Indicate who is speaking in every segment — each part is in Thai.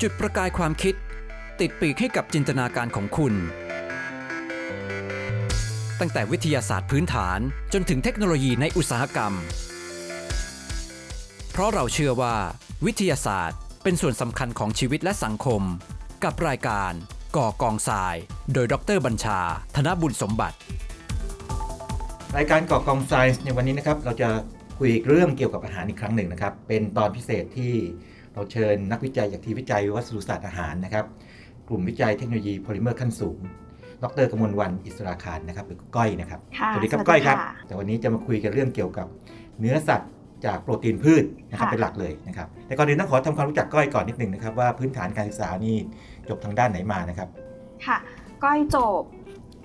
Speaker 1: จุดประกายความคิด ติดปีกให้กับจินตนาการของคุณ ตั้งแต่วิทยาศาสตร์พื้นฐานจนถึงเทคโนโลยีในอุตสาหกรรม เพราะเราเชื่อว่า วิทยาศาสตร์เป็นส่วนสำคัญของชีวิตและสังคม กับรายการ ก่อกองทราย โดยดรบัญชา ธนบุญสมบัติ
Speaker 2: รายการเกาะกองไซส์ในวันนี้นะครับเราจะคุยเรื่องเกี่ยวกับอาหารอีกครั้งหนึ่งนะครับ เป็นตอนพิเศษที่เราเชิญนักวิจัยจากทีมวิจัยวิวัสดุศาสตร์อาหารนะครับ กลุ่มวิจัยเทคโนโลยีโพลิเมอร์ขั้นสูง ดรกมลวันอิสราคารนะครับหรือก้อยนะครับ
Speaker 3: ค่ะ
Speaker 2: สวัสดีครับ
Speaker 3: สวัสดี
Speaker 2: ก้อยครับ
Speaker 3: ค่ะ
Speaker 2: แต่วันนี้จะมาคุยกันเรื่องเกี่ยวกับเนื้อสัตว์จากโปรตีนพืชนะครับ
Speaker 3: ค่ะ
Speaker 2: เป็นหลักเลยนะครับแต่ก่อนอื่นต้องขอทำความรู้จักก้อยก่อนนิดหนึ่งนะครับว่าพื้นฐานการศึกษานี่จบทางด้านไหนมานะครับ
Speaker 3: ค่ะก้อยจบ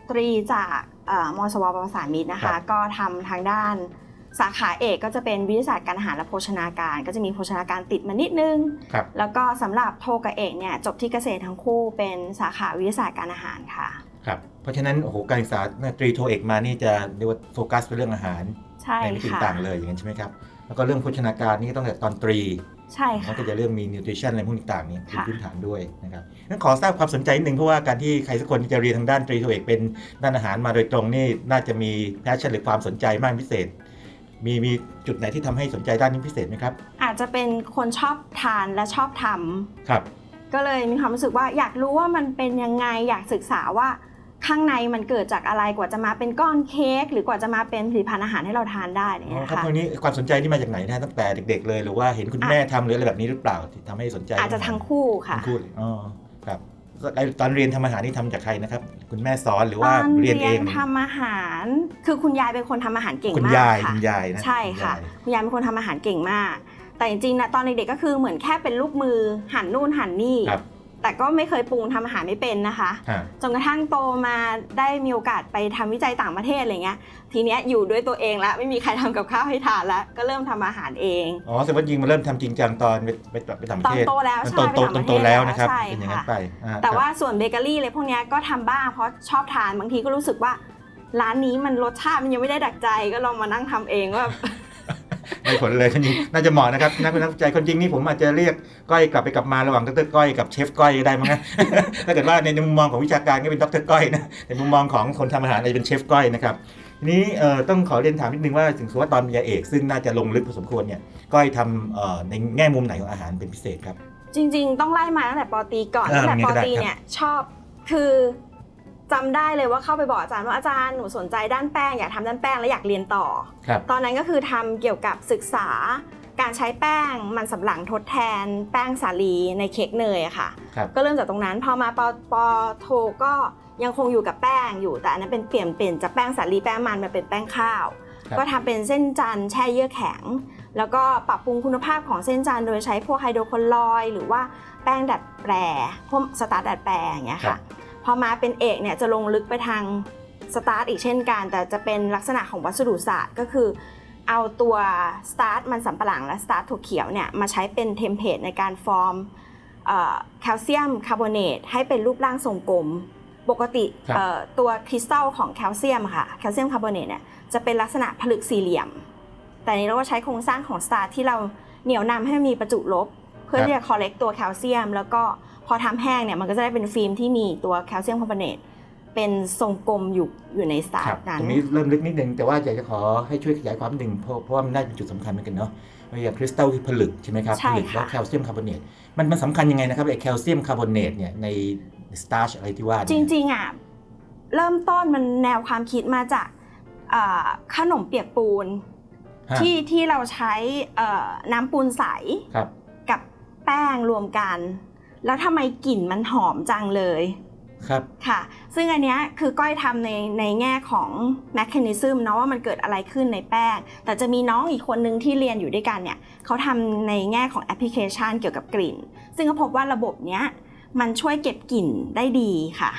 Speaker 3: ตรีจากเอ่อมศวประสานมิตรนะ
Speaker 2: ครั
Speaker 3: คะ
Speaker 2: บ
Speaker 3: ก็ทำทางด้านสาขาเอกก็จะเป็นวิทยาศาสตร์การอาหารและโภชนาการ ก็จะมีโภชนาการติดมานิดนึง
Speaker 2: ครับ
Speaker 3: แล้วก็สำหรับโทกับเอกเนี่ยจบที่เกษตรทั้งคู่เป็นสาขาวิทยาศาสตร์การอาหารค่ะ
Speaker 2: ครับเพราะฉะนั้นโอ้โหการศึกษาตรีโทเอกมานี่จะเรียกว่าโฟกัสไปเรื่องอาหาร
Speaker 3: ใช่
Speaker 2: ในมิติ
Speaker 3: ค่ะ
Speaker 2: ต่างๆเลยอย่างนั้นใช่ไหมครับ แล้วก็เรื่องโภชนาการนี่ก็ต้องแต่ตอนตรี
Speaker 3: ใช่
Speaker 2: มัน
Speaker 3: ค่ะ
Speaker 2: ก็จะเรื่องมีนิวทริชั่นอะไรพวกต่างๆนี่เป็น
Speaker 3: ค่ะ
Speaker 2: พื้นฐานด้วยนะครับงั้นขอทราบความสนใจนิดนึงเพราะว่าการที่ใครสักคนที่จะเรียนทางด้านตรีโทเอกเป็นด้านอาหารมาโดยตรงนี่น่าจะมีแพชชั่นหรือความสนใจมากพิเศษ มีมีจุดไหนที่ทำให้สนใจด้านนี้พิเศษไหมครับ
Speaker 3: อาจจะเป็นคนชอบทานและชอบทำ
Speaker 2: ครับ
Speaker 3: ก็เลยมีความรู้สึกว่าอยากรู้ว่ามันเป็นยังไงอยากศึกษาว่าข้างในมันเกิดจากอะไรกว่าจะมาเป็นก้อนเค้กหรือกว่าจะมาเป็นผลิตภัณฑ์อาหารให้เราทานได้อะไรอย่าง
Speaker 2: อ๋อ
Speaker 3: เงี้ย
Speaker 2: ครับ
Speaker 3: ค่ะ
Speaker 2: คราวนี้ความสนใจนี่มาจากไหนนะตั้งแต่เด็ก ๆ เลยหรือว่าเห็นคุณแม่ทำหรืออะไรแบบนี้หรือเปล่าที่ทำให้สนใจ
Speaker 3: อาจจะทั้งคู่ค่ะ
Speaker 2: ทั้งคู่เลยอ๋อครับแล้วตอนเรียนทำอาหารนี่ทำจากใครนะครับ คุณแม่สอนหรือ
Speaker 3: ต
Speaker 2: ว่า
Speaker 3: อน
Speaker 2: เรี
Speaker 3: เรี
Speaker 2: ย
Speaker 3: ย
Speaker 2: นเอง
Speaker 3: นทำอาหาร คือคุณยายเป็นคนทำอาหารเก่ง
Speaker 2: คุณ
Speaker 3: มาก
Speaker 2: ยาย
Speaker 3: ค่ะ
Speaker 2: คุณยายนะ
Speaker 3: ใช่ค่ะ
Speaker 2: ณยาย
Speaker 3: คุณยายเป็นคนทำอาหารเก่งมาก แต่จริงๆนะตอนเด็กๆก็คือเหมือนแค่เป็นลูกมือหั่นนู่นหั่นนี่
Speaker 2: ครับ
Speaker 3: แต่ก็ไม่เคยปรุงทำอาหารไม่เป็นนะคะ
Speaker 2: ฮะ
Speaker 3: จนกระทั่งโตมาได้มีโอกาสไปทำวิจัยต่างประเทศอะไรเงี้ย ทีเนี้ยอยู่ด้วยตัวเองแล้วไม่มีใครทำกับข้าวให้ทานแล้วก็เริ่มทำอาหารเอง
Speaker 2: อ๋อแสดงว่ายิงมาเริ่มทำจริงจังตอนไปไปไปต่างป
Speaker 3: ต
Speaker 2: ระ
Speaker 3: อน
Speaker 2: เทศ
Speaker 3: โตแล้ว
Speaker 2: มันต
Speaker 3: ใช่
Speaker 2: อน
Speaker 3: ไป
Speaker 2: โต
Speaker 3: ต่าง
Speaker 2: ต
Speaker 3: ป
Speaker 2: อน
Speaker 3: ระ
Speaker 2: โต
Speaker 3: เทศ
Speaker 2: แล้วนะครับ
Speaker 3: ใช่
Speaker 2: เป็นอย่างนั้
Speaker 3: ค่ะ
Speaker 2: นไปอ่
Speaker 3: แต่
Speaker 2: ครับ
Speaker 3: ว่าส่วนเบเกอรี่อะไรพวกเนี้ยก็ทำบ้างเพราะชอบทานบางทีก็รู้สึกว่า ร้านนี้มันรสชาติมันยังไม่ได้ดักใจก็ลองมานั่งทำเองว่า
Speaker 2: ได้ผลเลยจริงน่าจะเหมาะนะครับนักนักวิจัยคนจริงนี่ผมอาจจะเรียกก้อยกลับไปกลับมาระหว่างดรก้อยกับเชฟก้อยก็ได้มั้งนะ ถ้าเกิดว่าในมุมมองของวิชาการก็เป็นดรก้อยนะในมุมมองของคนทำอาหารอาจจะเป็นเชฟก้อยนะครับทีนี้เอ่อต้องขอเรียนถามนิดนึงว่าถึงสมมติว่าตอนปริญญาเอกซึ่งน่าจะลงลึกพอสมควรเนี่ยก้อยทำเอ่อในแง่มุมไหนของอาหารเป็นพิเศษครับ
Speaker 3: จริง ๆ ต้องไล่มาตั้งแต่ปอตรีก่อน
Speaker 2: เออ
Speaker 3: ตั้งแต่
Speaker 2: งั้
Speaker 3: ปอน
Speaker 2: ก็ได้
Speaker 3: ตรี
Speaker 2: ครับ
Speaker 3: เนี่ยชอบคือจำได้เลยว่าเข้าไปบอกอาจารย์ว่าอาจารย์หนูสนใจด้านแป้งอยากทำด้านแป้งและอยากเรียนต่อ
Speaker 2: ครับ
Speaker 3: ตอนนั้นก็คือทำเกี่ยวกับศึกษา การใช้แป้งมันสำปะหลังทดแทน แป้งสาลีในเค้กเนยอะค่ะ
Speaker 2: ครับ
Speaker 3: ก็เริ่มจากตรงนั้นพอมาปอปอโทก็ยังคงอยู่กับแป้งอยู่แต่อันนั้นเป็นเปลี่ยนเปลี่ยนจากแป้งสาลีแป้งมันมาเป็นแป้งข้าว
Speaker 2: ครับ
Speaker 3: ก็ทำเป็นเส้นจันทร์แช่เยื่อแข็ง แล้วก็ปรับปรุงคุณภาพของเส้นจันทร์โดยใช้พวกไฮโดรคลอลอยด์หรือว่าแป้งดัดแปรพวกสตาร์ทดัดแปรอย่างเงี้ยค่ะพอมาเป็นเอกเนี่ยจะลงลึกไปทางสตาร์ทอีกเช่นกัน แต่จะเป็นลักษณะของวัสดุศาสตร์ก็คือ เอาตัวสตาร์ทมันสำปะหลังและสตาร์ทถั่วเขียวเนี่ยมาใช้เป็นเทมเพลตในการฟอร์ม แคลเซียมคาร์บอเนตให้เป็นรูปร่างทรงกลม ปกติ
Speaker 2: ครับ
Speaker 3: เอ่อตัวคริสตัลของแคลเซียมค่ะแคลเซียมคาร์บอเนตเนี่ยจะเป็นลักษณะผลึกสี่เหลี่ยม แต่อันนี้เราก็ใช้โครงสร้างของสตาร์ที่เราเหนี่ยวนำให้มีประจุลบ เพื่อ
Speaker 2: ครับ
Speaker 3: ที่จะคอลเลกตัวแคลเซียม แล้วก็พอทำแห้งเนี่ยมันก็จะได้เป็นฟิล์มที่มีตัวแคลเซียมคาร์บอเนตเป็นทรงกลมอยู่อยู่ในสตา
Speaker 2: ครับ
Speaker 3: ร์นั้น
Speaker 2: ตรงนี้เริ่มลึกนิดนึงแต่ว่าอยากจะขอให้ช่วยขยายความนิดนึงเพราะเพราะว่ามันน่าจะเป็นจุดสำคัญเหมือนกันเนาะอย่างคริสตัลคือผลึกใช่ไหมครับ
Speaker 3: ใช่
Speaker 2: ผลึก
Speaker 3: ค่ะ
Speaker 2: แล้วแคลเซียมคาร์บอเนตมันมันสำคัญยังไงนะครับไอ้แคลเซียมคาร์บอเนตเนี่ยในสตาร์ชอะไรที่ว่าเนี่ย
Speaker 3: จริงๆอ่ะเริ่มต้นมันแนวความคิดมาจากเอ่อขนมเปียกปูน
Speaker 2: ฮะ
Speaker 3: ที่ที่เราใช้เอ่อน้ำปูนใส
Speaker 2: ครับ
Speaker 3: กับแป้งรวมกัน แล้วทำไมกลิ่นมันหอมจังเลย
Speaker 2: ครับ
Speaker 3: ค่ะ ซึ่งอันเนี้ยคือก้อยทำในในแง่ของแมค a นิซึมเนาะว่ามันเกิดอะไรขึ้นในแป้ง แต่จะมีน้องอีกคนนึงที่เรียนอยู่ด้วยกันเนี่ยเขาทำในแง่ของแอปพลิเคชันเกี่ยวกับกลิ่น ซึ่งก็พบว่าระบบเนี้ยมันช่วยเก็บกลิ่นได้ดีค่ะ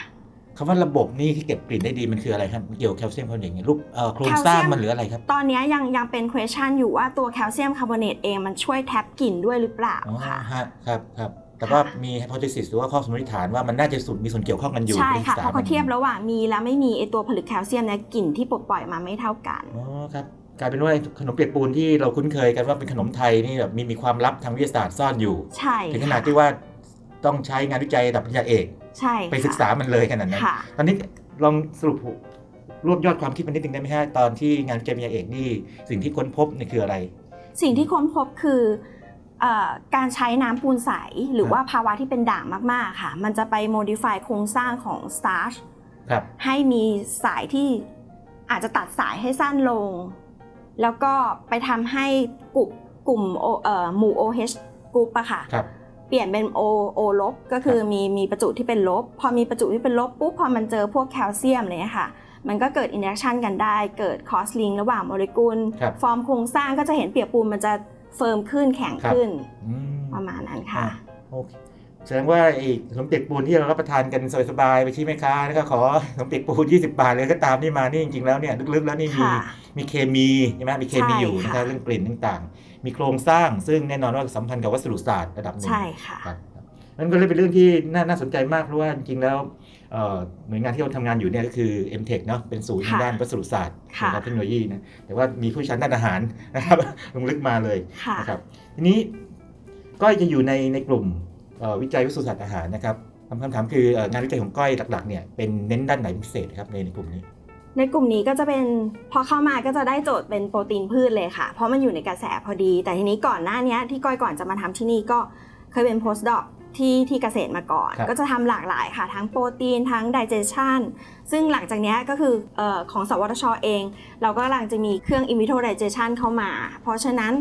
Speaker 2: คำว่าระบบนี่ที่เก็บกลิ่นได้ดีมันคืออะไรครับมันเกี่ยวกับแคลเซียมคาร์บอเนตเนี่ยรูปเอ่อโครงสร้างมันหรืออะไรครับ
Speaker 3: ตอนเนี้ยยังยังเป็น question อยู่ว่าตัวแคลเซียมคาร์บอเนตเองมันช่วยแท็บกลิ่นด้วยหรือเปล่า
Speaker 2: อ๋อ
Speaker 3: ค่ะ
Speaker 2: ฮะครับครับแต่ว่ามี hypothesis หรือว่าข้อสมมติฐานว่ามันน่าจะสุดมีส่วนเกี่ยวข้องกันอยู่
Speaker 3: ใช่
Speaker 2: น
Speaker 3: ค่ะ
Speaker 2: สร
Speaker 3: เพราะเขาเทียบระหว่างมีและไม่มีไอตัวผลึกแคลเซียมเนี่ยกลิ่นที่ปลดปล่อยมาไม่เท่ากัน
Speaker 2: อ๋อครับกลายเป็นว่าขนมเปียกปูนที่เราคุ้นเคยกันว่าเป็นขนมไทยนี่แบบมีมีความลับทางวิทยาศาสตร์ซ่อนอยู่
Speaker 3: ใช่
Speaker 2: ถึงขนา
Speaker 3: ค่ะ
Speaker 2: ดที่ว่า ต้องใช้งานวิจัยระดับปริญญาเอก
Speaker 3: ใช่
Speaker 2: ไปศึกษามันเลยขนาดนั้น
Speaker 3: ค่ะ
Speaker 2: ตอนนี้ลองสรุปรวบยอดความคิดมันนิดนึงได้ไหมฮะตอนที่งานวิจัยปริญญาเอกนี่สิ่งที่ค้นพบนี่คืออะไร
Speaker 3: สิ่งที่ค้นพบคือเออการใช้น้ำปูนใส หรือ
Speaker 2: ครับ
Speaker 3: ว่าภาวะที่เป็นด่างมากๆค่ะ มันจะไปโมดิฟายโครงสร้างของสตาร์ช
Speaker 2: ครับ
Speaker 3: ให้มีสายที่อาจจะตัดสายให้สั้นลง แล้วก็ไปทำให้กลุ่มกลุ่ม O เอ่อหมู่ OH กลุ่มอะค่ะ
Speaker 2: ครับ
Speaker 3: เปลี่ยนเป็น O O ลบก็คือมีมีประจุที่เป็นลบ พอมีประจุที่เป็นลบปุ๊บพอมันเจอพวกแคลเซียมอะไรเลยค่ะ มันก็เกิดอินเดชันกันได้ เกิดคอสลิงระหว่างโมเลกุล
Speaker 2: ครับ
Speaker 3: ฟอร์มโครงสร้างก็จะเห็นเปียกปูนมันจะเฟิร์มขึ้นแข็ง
Speaker 2: ครับ
Speaker 3: ขึ้น
Speaker 2: อืม
Speaker 3: ประมาณนั้นค่ะ
Speaker 2: โอเคแสดงว่าไอ้ขนมเปียกปูนที่เรารับประทานกันสบายๆไปชี้แม่ค้าแล้วก็ขอขนมเปียกปูน20 บาทเลยก็ตามนี่มานี่จริงๆแล้วเนี่ยลึกๆแล้วนี่มี
Speaker 3: ค่ะ
Speaker 2: มีเคมีใช่ไหมมีเคมี
Speaker 3: ใช่
Speaker 2: อยู่นะครั
Speaker 3: ค่ะ
Speaker 2: บเรื่องกลิ่นต่างๆ มีโครงสร้างซึ่งแน่นอนว่าสัมพันธ์กับวัสดุศาสตร์ระดับหนึ่ง
Speaker 3: ใช่ค่ะ
Speaker 2: ครับครับนั่นก็เลยเป็นเรื่องที่น่าน่าสนใจมากเพราะว่าจริงๆแล้วเอ่อหน่วยงานที่เราทำงานอยู่เนี่ยก็คือ MTech เนาะเป็นศูนย์
Speaker 3: ค่ะ
Speaker 2: ด้านวัสดุศาสตร์
Speaker 3: ค่ะ
Speaker 2: นะครับเทคโนโลยีนะแต่ว่ามีผู้เชี่ยวชาญด้านอาหารนะครับ ลงลึกมาเลย
Speaker 3: ค่ะ
Speaker 2: นะครับทีนี้ก้อยจะอยู่ในในกลุ่มเอ่อวิจัยวัสดุศาสตร์อาหารนะครับคำคำถามคือเอ่องานวิจัยของก้อยหลักๆเนี่ยเป็นเน้นด้านไหนเป็นพิเศษครับในในกลุ่มนี้
Speaker 3: ในกลุ่มนี้ก็จะเป็นพอเข้ามาก็จะได้โจทย์เป็นโปรตีนพืชเลยค่ะ เพราะมันอยู่ในกระแสพอดี แต่ทีนี้ก่อนหน้านี้ที่ก้อยก่อนจะมาทำที่นี่ก็เคยเป็น p o s t d o c ที่ที่เกษตรมาก่อน
Speaker 2: ครับ
Speaker 3: ก็จะทำหลากหลายค่ะ ทั้งโปรตีนทั้ง digestion ซึ่งหลังจากเนี้ยก็คือเออของสวทชเอง เราก็กำลังจะมีเครื่อง in vitro digestion เข้ามา เพราะฉะนั้น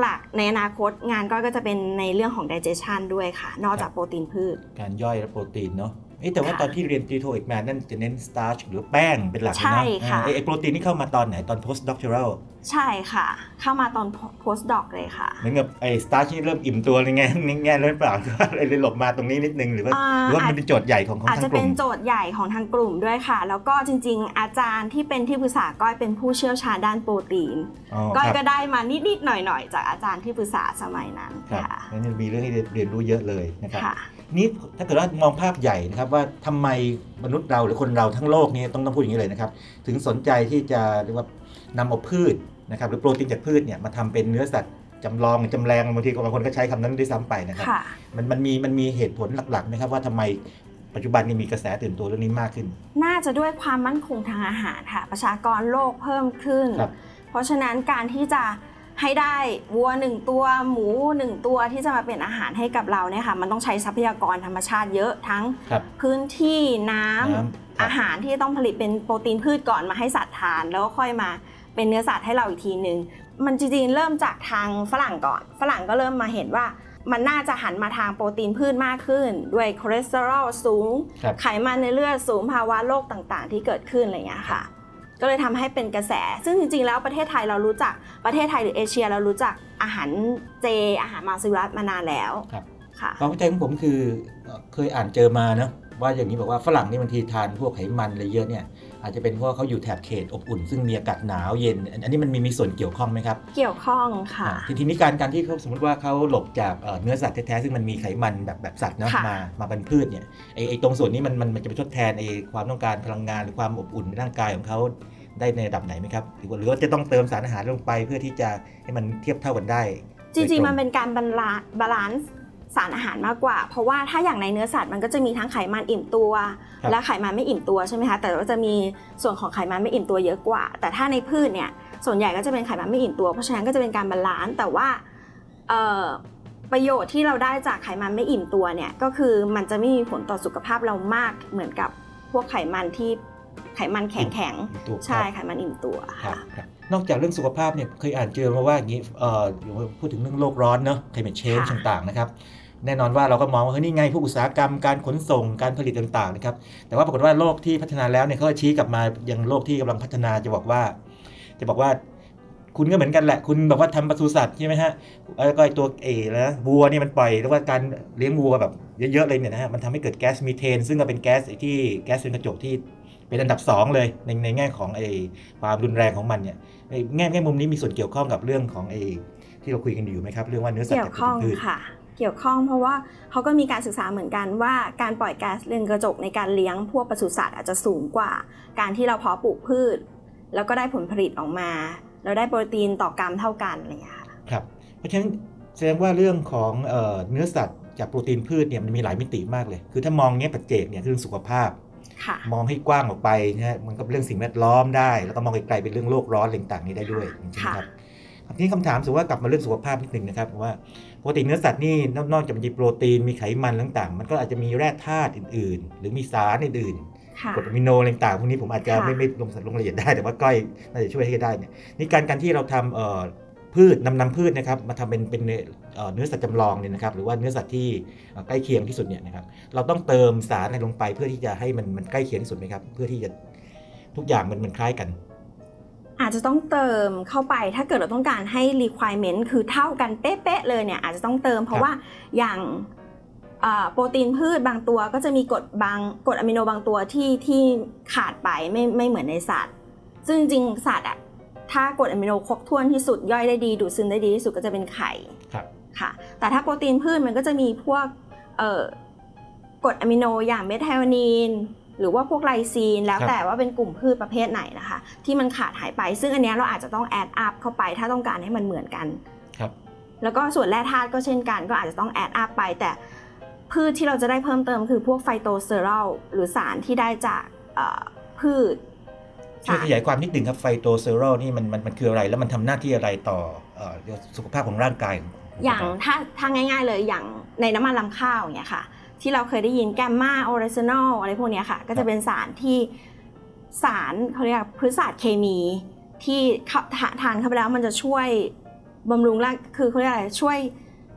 Speaker 3: หลักๆ ในอนาคตงานก้อยก็จะเป็นในเรื่องของ digestion ด้วยค่ะ นอก
Speaker 2: ครับ
Speaker 3: จากโปรตีนพืช
Speaker 2: การย่อยและโปรตีนเนาะเอ๊ะแต่ว่า
Speaker 3: ค่ะ
Speaker 2: ตอนที่เรียนตรีโทเอกมา นั่นจะเน้นสตาร์ชหรือแป้งเป็นหลักเลย
Speaker 3: ใช่
Speaker 2: นะ
Speaker 3: ค่ะ
Speaker 2: เออไอ้โปรตีนนี่เข้ามาตอนไหน ตอน post doctoral
Speaker 3: ใช่ค่ะ เข้ามาตอน post doc เลยค่ะ
Speaker 2: เหมือนกับไอ้สตาร์ชนี่เริ่มอิ่มตัวเลยไงนี่ไงเลยหรือเปล่า เลยเลยหลบมาตรงนี้นิดนึง หรือว่า
Speaker 3: อ่า
Speaker 2: หรือว่ามันเป็นโจทย์ใหญ่ของของ
Speaker 3: อาจ
Speaker 2: ทา
Speaker 3: จะ
Speaker 2: งก
Speaker 3: เป็
Speaker 2: ลุ่
Speaker 3: น
Speaker 2: ม
Speaker 3: โจทย์ใหญ่ของทางกลุ่มด้วยค่ะ แล้วก็จริง ๆ อาจารย์ที่เป็นที่ปรึกษาก้อยเป็นผู้เชี่ยวชาญด้านโปรตีน
Speaker 2: อ๋อ
Speaker 3: ก้อย
Speaker 2: ครับ
Speaker 3: ก็ได้มานิดๆหน่อยๆ จากอาจารย์ที่ปรึกษาสมัยนั้น
Speaker 2: ครับ
Speaker 3: ค่ะ
Speaker 2: งั้นยังมีเรื่องให้เรียนรู้เยอะเลยนะครับ
Speaker 3: ค่ะ
Speaker 2: นี่ถ้าเกิดว่ามองภาพใหญ่นะครับว่าทำไมมนุษย์เราหรือคนเราทั้งโลกเนี่ยต้องต้องพูดอย่างนี้เลยนะครับ ถึงสนใจที่จะเรียกว่านำเอาพืชนะครับหรือโปรตีนจากพืชเนี่ยมาทำเป็นเนื้อสัตว์จำลองจำแรงบางทีบางคนก็ใช้คำนั้นด้วยซ้ำไปนะครับ
Speaker 3: ค่ะ
Speaker 2: มันมันมีมันมีเหตุผลหลักๆนะครับว่าทำไมปัจจุบันนี้มีกระแสตื่นตัวเรื่องนี้มากขึ้น
Speaker 3: น่าจะด้วยความมั่นคงทางอาหารค่ะ ประชากรโลกเพิ่มขึ้น
Speaker 2: ครับ
Speaker 3: เพราะฉะนั้นการที่จะให้ได้วัวหนึ่งตัวหมูหนึ่งตัวที่จะมาเป็นอาหารให้กับเราเนี่ยค่ะมันต้องใช้ทรัพยากรธรรมชาติเยอะทั้ง
Speaker 2: ครับ
Speaker 3: พื้นที่น้ำ
Speaker 2: น้ำครับ
Speaker 3: อาหารที่ต้องผลิตเป็นโปรตีนพืชก่อนมาให้สัตว์ทาน แล้วก็ค่อยมาเป็นเนื้อสัตว์ให้เราอีกทีหนึ่งมันจริงๆเริ่มจากทางฝรั่งก่อน ฝรั่งก็เริ่มมาเห็นว่า มันน่าจะหันมาทางโปรตีนพืชมากขึ้น ด้วยคอเลสเตอรอลสูง
Speaker 2: ครับ
Speaker 3: ไขมันในเลือดสูงภาวะโรคต่างๆ ที่เกิดขึ้นอะไรอย่างเงี้ยค่ะ ก็เลยทำให้เป็นกระแส ซึ่งจริงๆแล้วประเทศไทยเรารู้จักประเทศไทยหรือเอเชียเรารู้จักอาหารเจ อาหารมังสวิรัตมานานแล้ว
Speaker 2: ครับ
Speaker 3: ค่ะ
Speaker 2: ความเข้าใจของผมคือเอ่อเคยอ่านเจอมานะว่าอย่างนี้บอกว่าฝรั่งนี่บางทีทานพวกไขมันอะไรเยอะเนี่ยอาจจะเป็นเพราะว่าเขาอยู่แถบเขตอบอุ่น ซึ่งมีอากาศหนาวเย็น อันนี้มันมีมีส่วนเกี่ยวข้องไหมครับ
Speaker 3: เกี่ยวข้องค่ะ
Speaker 2: อ่าทีทีนี้การการที่เขาสมมติว่าเขาหลบจากเอ่อเนื้อสัตว์แท้ๆซึ่งมันมีไขมันแบบแบบสัตว์เนาะ
Speaker 3: ค่ะ
Speaker 2: มามาเป็นพืชเนี่ยไอไอตรงส่วนนี้มันมันมันจะไปทดแทนไอความต้องการพลังงานหรือความอบอุ่นในร่างกายของเขาได้ในระดับไหนไหมครับหรือว่าหรือว่าจะต้องเติมสารอาหารลงไปเพื่อที่จะให้มันเทียบเท่ากันได้
Speaker 3: จริงๆ มันเป็นการบาลานซ์บาลานซ์สารอาหารมากกว่า เพราะว่าถ้าอย่างในเนื้อสัตว์มันก็จะมีทั้งไขมันอิ่มตัว และไขมันไม่อิ่มตัวใช่ไหมคะ แต่ว่าจะมีส่วนของไขมันไม่อิ่มตัวเยอะกว่า แต่ถ้าในพืชเนี่ย ส่วนใหญ่ก็จะเป็นไขมันไม่อิ่มตัว เพราะฉะนั้นก็จะเป็นการบาลานซ์ แต่ว่าเอ่อประโยชน์ที่เราได้จากไขมันไม่อิ่มตัวเนี่ย ก็คือมันจะไม่มีผลต่อสุขภาพเรามากเหมือนกับพวกไขมันที่ไขมันแข็งแข็ง
Speaker 2: ถูก
Speaker 3: ๆ
Speaker 2: ค
Speaker 3: ใช่
Speaker 2: รับ
Speaker 3: ไขมันอิ่มตัว
Speaker 2: ครั
Speaker 3: ค่ะ
Speaker 2: บครับนอกจากเรื่องสุขภาพเนี่ยเคยอ่านเจอมาว่าอย่างนี้เอ่อเดี๋ยวพูดถึงเรื่องโลกร้อนเนาะ climate change
Speaker 3: ค่ะ
Speaker 2: ต่างๆนะครับ แน่นอนว่าเราก็มองว่าเฮ้ยนี่ไงพวกอุตสาหกรรมการขนส่งการผลิตต่างๆนะครับ แต่ว่าปรากฏว่าโลกที่พัฒนาแล้วเนี่ยเขาก็ชี้กลับมายังโลกที่กำลังพัฒนาจะบอกว่า จะบอกว่า คุณก็เหมือนกันแหละ คุณแบบว่าทำปศุสัตว์ใช่ไหมฮะแล้วก็ไอ้ตัวเอนะวัวเนี่ยมันปล่อยเรียกว่าการเลี้ยงวัวแบบเยอะๆเลยเนี่ยนะฮะมันทำให้เกิดแก๊สมีเทน ซึ่งก็เป็นแก๊สไอ้ที่แก๊สเรือนกระจกที่เป็นอันดับสองเลยในในแง่ของไอ้ความรุนแรงของมันเนี่ยไอ้แง่แง่มุมนี้มีส่วนเกี่ยวข้องกับเรื่องของไอ้ที่เราคุยกันอยู่ไหมครับเรื่องว่าเนื้อสัตว์
Speaker 3: เกี่ยวข้อง
Speaker 2: พืช
Speaker 3: ค่ะ เกี่ยวข้องเพราะว่าเขาก็มีการศึกษาเหมือนกันว่าการปล่อยก๊าซเรือนกระจกในการเลี้ยงพวกปศุสัตว์อาจจะสูงกว่า การที่เราเพาะปลูกพืช แล้วก็ได้ผลผลิตออกมา เราได้โปรตีนต่อกรัมเท่ากันอะไรอย่างเงี้ยค่ะ
Speaker 2: ครับเพราะฉะนั้นแสดงว่าเรื่องของเออเนื้อสัตว์ จากโปรตีนพืชเนี่ยมันมีหลายมิติมากเลย คือถ้ามองเงี้ยปัจเจกเนี่ยคือเรื่องสุขภาพ
Speaker 3: ค่ะ
Speaker 2: มองให้กว้างออกไปนะฮะมันก็เรื่องสิ่งแวดล้อมได้ แล้วก็มองไกลๆเป็นเรื่องโลกร้อนอะไรต่างๆนี้ได้ด้วยจริงๆครับทีนี้คำถามสมมติว่ากลับมาเรื่องสุขภาพนิดหนึ่งนะครับว่าปกติเนื้อสัตว์นี่นอกนอกจากมีโปรตีนมีไขมันต่างๆ มันก็อาจจะมีแร่ธาตุอื่นๆ หรือมีสารอื่นๆ
Speaker 3: ค่ะ
Speaker 2: กรดอะมิโนอะไรต่างๆพวกนี้ผมอาจจะ
Speaker 3: ค่ะ
Speaker 2: ไม่ไม่ลงลงรายละเอียดได้แต่ว่าก้อยน่าจะช่วยให้ได้เนี่ยนี่การการที่เราทำเอ่อพืชนำนำพืชนะครับมาทำเป็นเป็นเนื้อเอ่อเนื้อสัตว์จำลองเนี่ยนะครับหรือว่าเนื้อสัตว์ที่เอ่อใกล้เคียงที่สุดเนี่ยนะครับเราต้องเติมสารอะไรลงไปเพื่อที่จะให้มันมันใกล้เคียงที่สุดไหมครับเพื่อที่จะทุกอย่างมันมันคล้ายกัน
Speaker 3: อาจจะต้องเติมเข้าไปถ้าเกิดเราต้องการให้ requirement คือเท่ากันเป๊ะๆเลยเนี่ยอาจจะต้องเติมเพ
Speaker 2: ครั
Speaker 3: ราะ
Speaker 2: บ
Speaker 3: ว่าอย่างเอ่อโปรตีนพืชบางตัวก็จะมีกรดบางกรดอะมิโนบางตัวที่ที่ขาดไปไม่ไม่เหมือนในสัตว์ ซึ่งจริงๆสัตว์อะถ้ากรดอะมิโนครบถ้วนที่สุดย่อยได้ดี ดูดซึมได้ดีที่สุดก็จะเป็นไข่
Speaker 2: ครับ
Speaker 3: ค่ะแต่ถ้าโปรตีนพืชมันก็จะมีพวกเอ่อกรดอะมิโนอย่างเมทไทโอนีน หรือว่าพวกไลซีน แล้ว
Speaker 2: ครับ
Speaker 3: แต่ว่าเป็นกลุ่มพืชประเภทไหนนะคะ ที่มันขาดหายไป ซึ่งอันเนี้ยเราอาจจะต้องแอดอัพเข้าไปถ้าต้องการให้มันเหมือนกัน
Speaker 2: ครับ
Speaker 3: แล้วก็ส่วนแร่ธาตุก็เช่นกัน ก็อาจจะต้องแอดอัพไป แต่พืชที่เราจะได้เพิ่มเติมคือพวกไฟโตเซอรัลหรือสารที่ได้จากเอ่อพืช
Speaker 2: ช่วย
Speaker 3: สาร
Speaker 2: ขยายความนิดหนึ่งครับไฟโตเซอรัลนี่มันมันมันคืออะไรแล้วมันทำหน้าที่อะไรต่อเอ่อสุขภาพของร่างกายของของ
Speaker 3: อย่าง
Speaker 2: เรา
Speaker 3: ถ้าถ้าง่ายๆเลยอย่างในน้ำมันลำข้าวอย่างเงี้ยค่ะ ที่เราเคยได้ยินแกมมาออริจินอลอะไรพวกเนี้ยค่ะ ก็จะเป็นสารที่สารเขาเรียกพืชศาสตร์เคมีที่เข้าทาทานเข้าไปแล้วมันจะช่วยบำรุงร่างคือเขาเรียกอะไรช่วย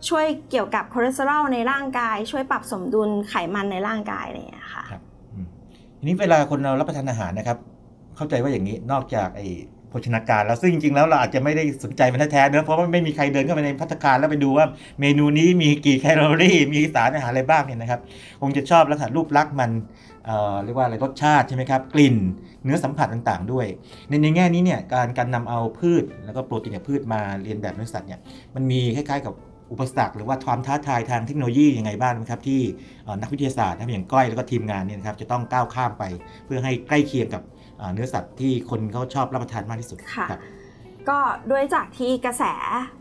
Speaker 3: ช่วยเกี่ยวกับคอเลสเตอรอลในร่างกาย ช่วยปรับสมดุลไขมันในร่างกายอะไรอย่างเงี้ยค่ะ
Speaker 2: ครับอืมทีนี้เวลาคนเรารับประทานอาหารนะครับ เข้าใจว่าอย่างนี้นอกจากไอ้โภชนาการแล้วซึ่งจริงๆแล้วเราอาจจะไม่ได้สนใจมันแท้ๆเนอะเพราะว่าไม่มีใครเดินเข้าไปในพัตตาคารแล้วไปดูว่าเมนูนี้มีกี่แคลอรี่ มีสารอาหารอะไรบ้างเนี่ยนะครับ คงจะชอบลักษณะรูปลักษณ์มันเอ่อเรียกว่าอะไรรสชาติใช่ไหมครับ กลิ่นเนื้อสัมผัสต่างๆ ด้วย ในในแง่นี้เนี่ยการการนำเอาพืชแล้วก็โปรตีนจากพืชมาเรียนแบบเนื้อสัตว์เนี่ยมันมีคล้ายๆกับอุปสรรคหรือว่าความท้าทายทางเทคโนโลยียังไงบ้างไหมครับที่ เอ่อนักวิทยาศาสตร์นะครับอย่างก้อยแล้วก็ทีมงานเนี่ยนะครับจะต้องก้าวข้ามไป เพื่อให้ใกล้เคียงกับอ่าเนื้อสัตว์ที่คนเขาชอบรับประทานมากที่สุด
Speaker 3: ค่ะ
Speaker 2: รับ
Speaker 3: ก็ด้วยจากที่กระแส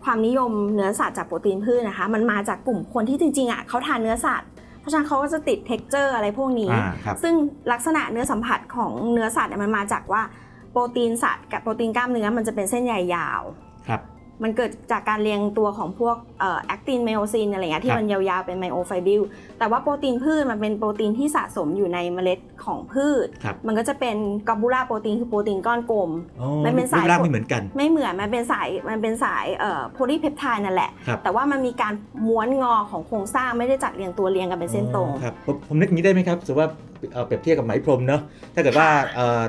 Speaker 3: ความนิยมเนื้อสัตว์จากโปรตีนพืชนะคะ มันมาจากกลุ่มคนที่จริงๆอ่ะเขาทานเนื้อสัตว์ เพราะฉะนั้นเขาก็จะติดเท็กเจอร์อะไรพวกนี้
Speaker 2: อ่าครับ
Speaker 3: ซึ่งลักษณะเนื้อสัมผัสของเนื้อสัตว์เนี่ยมันมาจากว่าโปรตีนสัตว์กับโปรตีนกล้ามเนื้อมันจะเป็นเส้นใยยาว
Speaker 2: ครับ
Speaker 3: มันเกิดจากการเรียงตัวของพวกแอคตินไมโอซินอะไรเงี้ย
Speaker 2: ค
Speaker 3: ที่
Speaker 2: รับ
Speaker 3: มันยาวๆเป็นไมโอไฟบิลแต่ว่าโปรตีนพืชมันเป็นโปรตีนที่สะสมอยู่ในเมล็ดของพืช
Speaker 2: ครับ
Speaker 3: มันก็จะเป็นกอบูล่าโปรตีนคือโปรตีนก้อนกลม
Speaker 2: โอ้
Speaker 3: มันเป็นสาย
Speaker 2: รูร่างไม่เหมือนกัน
Speaker 3: ไม่เหมือนมันเป็นสายมันเป็นสายโพลีเพปไทด์นั่นแหละ
Speaker 2: ครับ
Speaker 3: แต่ว่ามันมีการม้วนงอของโครงสร้างไม่ได้จัดเรียงตัวเรียงกันเป็นเส้นตรง
Speaker 2: อ๋อครับผมผมนึกอย่างนี้ได้ไหมครับสมมติว่าเอ่อเปรียบเทียบกับไหมพรมเนาะถ้าเกิดว่าเอ่อ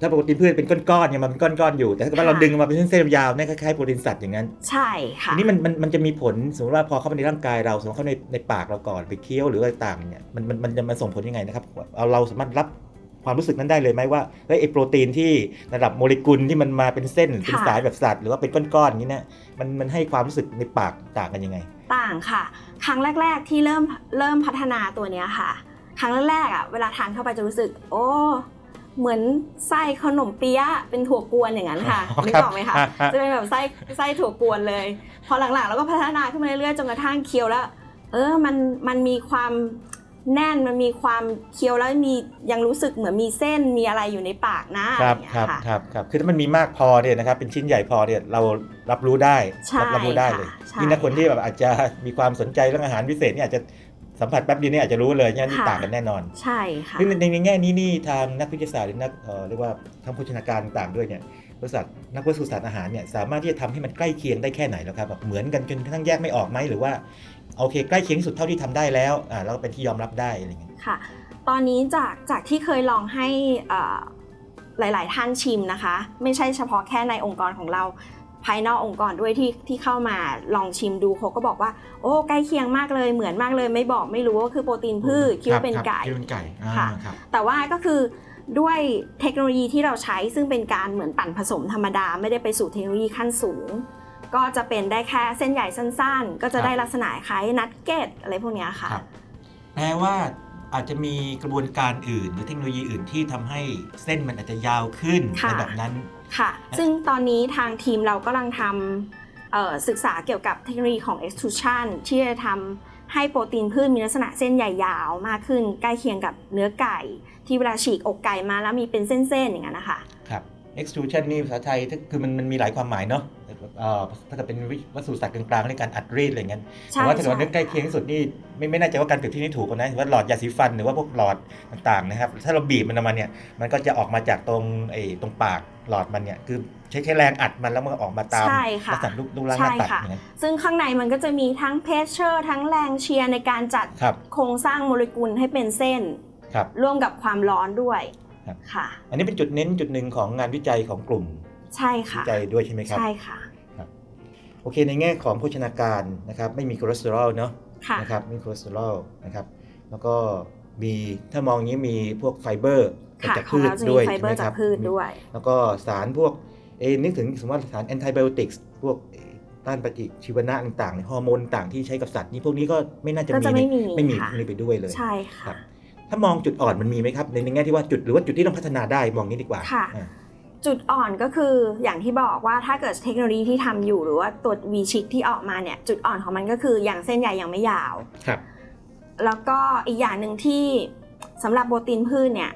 Speaker 2: ถ้าโปรตีนพืชเป็นก้อนๆเนี่ยมันเป็นก้อนๆอยู่ แต่ถ้าเกิดว่าเรา
Speaker 3: ค่ะ
Speaker 2: ดึงออกมาเป็นเส้นๆยาวๆเนี่ยคล้ายๆโปรตีนสัตว์อย่างนั้น
Speaker 3: ใช่ค่ะ
Speaker 2: ทีนี้มันมันมันจะมีผลสมมติว่าพอเข้าไปในร่างกายเราสมมติเข้าในในปากเราก่อนไปเคี้ยวหรืออะไรต่างเนี่ยมันมันมันจะมันส่งผลยังไงนะครับเอาเราสามารถรับความรู้สึกนั้นได้เลยไหมว่าเฮ้ยไอโปรตีนที่ระดับโมเลกุลที่มันมาเป็นเส้นเป็น
Speaker 3: ค่ะ
Speaker 2: สายแบบสัตว์หรือว่าเป็นก้อนๆอย่างนี้เนี่ยมันมันให้ความรู้สึกในปากต่างกันยังไง
Speaker 3: ต่างค่ะ ครั้งแรก ๆ ที่เริ่มเริ่มพัฒนาตัวเนี้ยค่ะ ครั้งแรกๆอ่ะเวลาทานเข้าไปจะรู้สึก โอ้เหมือนไส้ขนมเปี๊ยะเป็นถั่วกวนอย่างนั้นค่ะ
Speaker 2: อ๋อ
Speaker 3: นึก
Speaker 2: ครับ
Speaker 3: ออกไหมคะ
Speaker 2: ฮะฮะ
Speaker 3: จะเป็นแบบไส้ไส้ถั่วกวนเลย พอหลังๆเราก็พัฒนาขึ้นมาเรื่อยๆจนกระทั่งเคี้ยวแล้ว เออมันมันมีความแน่นมันมีความเคี้ยวแล้วมียังรู้สึกเหมือนมีเส้นมีอะไรอยู่ในปากนะ
Speaker 2: ค
Speaker 3: อะไรอ
Speaker 2: รับ
Speaker 3: ย่าง
Speaker 2: ค
Speaker 3: เงี้ย
Speaker 2: รับ
Speaker 3: ค่ะ
Speaker 2: ครับครับคือถ้ามันมีมากพอเนี่ยนะครับเป็นชิ้นใหญ่พอเนี่ยเรารับรู้ได้
Speaker 3: ใช่
Speaker 2: รับรับรู้ได้เลย
Speaker 3: ค่ะใช่
Speaker 2: ยิ่งถ้าคนที่แบบอาจจะมีความสนใจเรื่องอาหารพิเศษเนี่ยอาจจะสัมผัสแป๊บเดียวเนี่ยอาจจะรู้เลยเนี่ยนี่
Speaker 3: ค่ะ
Speaker 2: ต่างกันแน่นอน
Speaker 3: ใช่ค่ะ
Speaker 2: ซึ่งในในในแง่นี้นี่ทางนักวิทยาศาสตร์หรือนักเอ่อเรียกว่าทางโภชนาการต่างๆด้วยเนี่ยบริษัทนักวิทยาศาสตร์อาหารเนี่ยสามารถที่จะทำให้มันใกล้เคียงได้แค่ไหนแล้วครับแบบเหมือนกันจนกระทั่งแยกไม่ออกไหมหรือว่าโอเค ใกล้เคียงที่สุดเท่าที่ทำได้แล้วอ่าแล้วก็เป็นที่ยอมรับได้อะไรอย่างเงี้ย
Speaker 3: ค่ะ ตอนนี้จากจากที่เคยลองให้เอ่อหลาย ๆ ท่านชิมนะคะ ไม่ใช่เฉพาะแค่ในองค์กรของเรา ภายนอกองค์กรด้วยที่ที่เข้ามาลองชิมดูเขาก็บอกว่า โอ้ใกล้เคียงมากเลยเหมือนมากเลยไม่บอกไม่รู้ว่าคือโปรตีนพืชคิดว่าเป็นไก่
Speaker 2: คิดว่าเป็นไก่อ่า
Speaker 3: ค่ะ
Speaker 2: ครับ
Speaker 3: แต่ว่าก็คือด้วยเทคโนโลยีที่เราใช้ซึ่งเป็นการเหมือนปั่นผสมธรรมดา ไม่ได้ไปสู่เทคโนโลยีขั้นสูง ก็จะเป็นได้แค่เส้นใหญ่สั้น ๆ ก็จะได้ลักษณะคล้ายนัดเกตอะไรพวกเนี้ยค่ะ
Speaker 2: ครับแปลว่าอาจจะมีกระบวนการอื่น หรือเทคโนโลยีอื่นที่ทำให้เส้นมันอาจจะยาวขึ้น
Speaker 3: ค่ะ
Speaker 2: ในแบบนั้น
Speaker 3: ค่ะ ซึ่งตอนนี้ทางทีมเรากำลังทำเอ่อศึกษาเกี่ยวกับเทคโนโลยีของ extrusion ที่จะทำ ให้โปรตีนพืชมีลักษณะเส้นใหญ่ยาวมากขึ้น ใกล้เคียงกับเนื้อไก่ ที่เวลาฉีกอกไก่มาแล้วมีเป็นเส้นๆอย่างนั้นนะคะ
Speaker 2: ครับ extrusion นี่ภาษาไทยถ้าคือมันมันมีหลายความหมายเนาะเอ่อถ้าเกิดเป็นวัสดุสัตว์กลางๆในการอัดรีดอะไรอย่างเงี้ย
Speaker 3: ใช่
Speaker 2: แต่ว่าถ้าเกิด
Speaker 3: ใช่
Speaker 2: ว่านึกใกล้เคียงที่สุดนี่ไม่ไม่แน่ใจว่าการเปรียบเที่นี่ถูกกันนะว่าหลอดยาสีฟันหรือว่าพวกหลอดต่างๆนะครับ ถ้าเราบีบมันออกมาเนี่ยมันก็จะออกมาจากตรงไอ้ตรงปากหลอดมันเนี่ยคือใช้แค่แรงอัดมันแล้วมันก็ออกมาตาม
Speaker 3: ใช่ค่ะ
Speaker 2: ลักษณะรูปรูปร่างหน้าตัดอย่างนั้น
Speaker 3: ซึ่งข้างในมันก็จะมีทั้งเพชเชอร์ ทั้งแรงเชียร์ในการจัด
Speaker 2: ครับ
Speaker 3: โครงสร้างโมเลกุลให้เป็นเส้น
Speaker 2: ครับ
Speaker 3: ร่วมกับความร้อนด้วย
Speaker 2: ครับ
Speaker 3: ค่ะ
Speaker 2: อันนี้เป็นจุดเน้นจุดหนึ่งของงานวิจัยของกลุ่ม
Speaker 3: ใช่
Speaker 2: วิ
Speaker 3: ค่ะ
Speaker 2: จัยด้วยใช่ไหมครับ
Speaker 3: ใช่ค่ะ
Speaker 2: โอเคในแง่ของโภชนาการนะครับไม่มีคอเลสเตอรอลเนาะ
Speaker 3: ค่ะ
Speaker 2: นะครับมีคอเลสเตอรอลนะครับแล้วก็มีถ้ามองอย่างนี้มีพวกไฟเบอร์
Speaker 3: ค่ะ
Speaker 2: จาก
Speaker 3: ของ
Speaker 2: พืช
Speaker 3: เราจะ
Speaker 2: ด้
Speaker 3: มี
Speaker 2: วย
Speaker 3: ไฟเบอร์
Speaker 2: ใช่ไหม
Speaker 3: จากพืชด้วย
Speaker 2: แล้วก็สารพวกเอยนึกถึงสมมติว่าสารแอนติไบโอติกส์พวกต้านปฏิชีวนะต่างๆในฮอร์โมนต่างที่ใช้กับสัตว์นี่พวกนี้ก็ไม่น่าจะ
Speaker 3: ก็จะไม่มี
Speaker 2: ไม่มี
Speaker 3: ค่ะ
Speaker 2: พวกนี้ไปด้วยเลย
Speaker 3: ใช่
Speaker 2: ครั
Speaker 3: ค่ะ
Speaker 2: บ ถ้ามองจุดอ่อนมันมีไหมครับในในแง่ที่ว่าจุดหรือว่าจุดที่ต้องพัฒนาได้มองนี้ดีกว่า
Speaker 3: ค่ะ
Speaker 2: อ่า
Speaker 3: จุดอ่อนก็คืออย่างที่บอกว่าถ้าเกิดเทคโนโลยีที่ทำอยู่หรือว่าตัววีชิกที่ออกมาเนี่ย จุดอ่อนของมันก็คืออย่างเส้นใหญ่ยังไม่ยาว
Speaker 2: ครับ
Speaker 3: แล้วก็อีกอย่างหนึ่งที่สำหรับโปรตีนพืชเนี่ย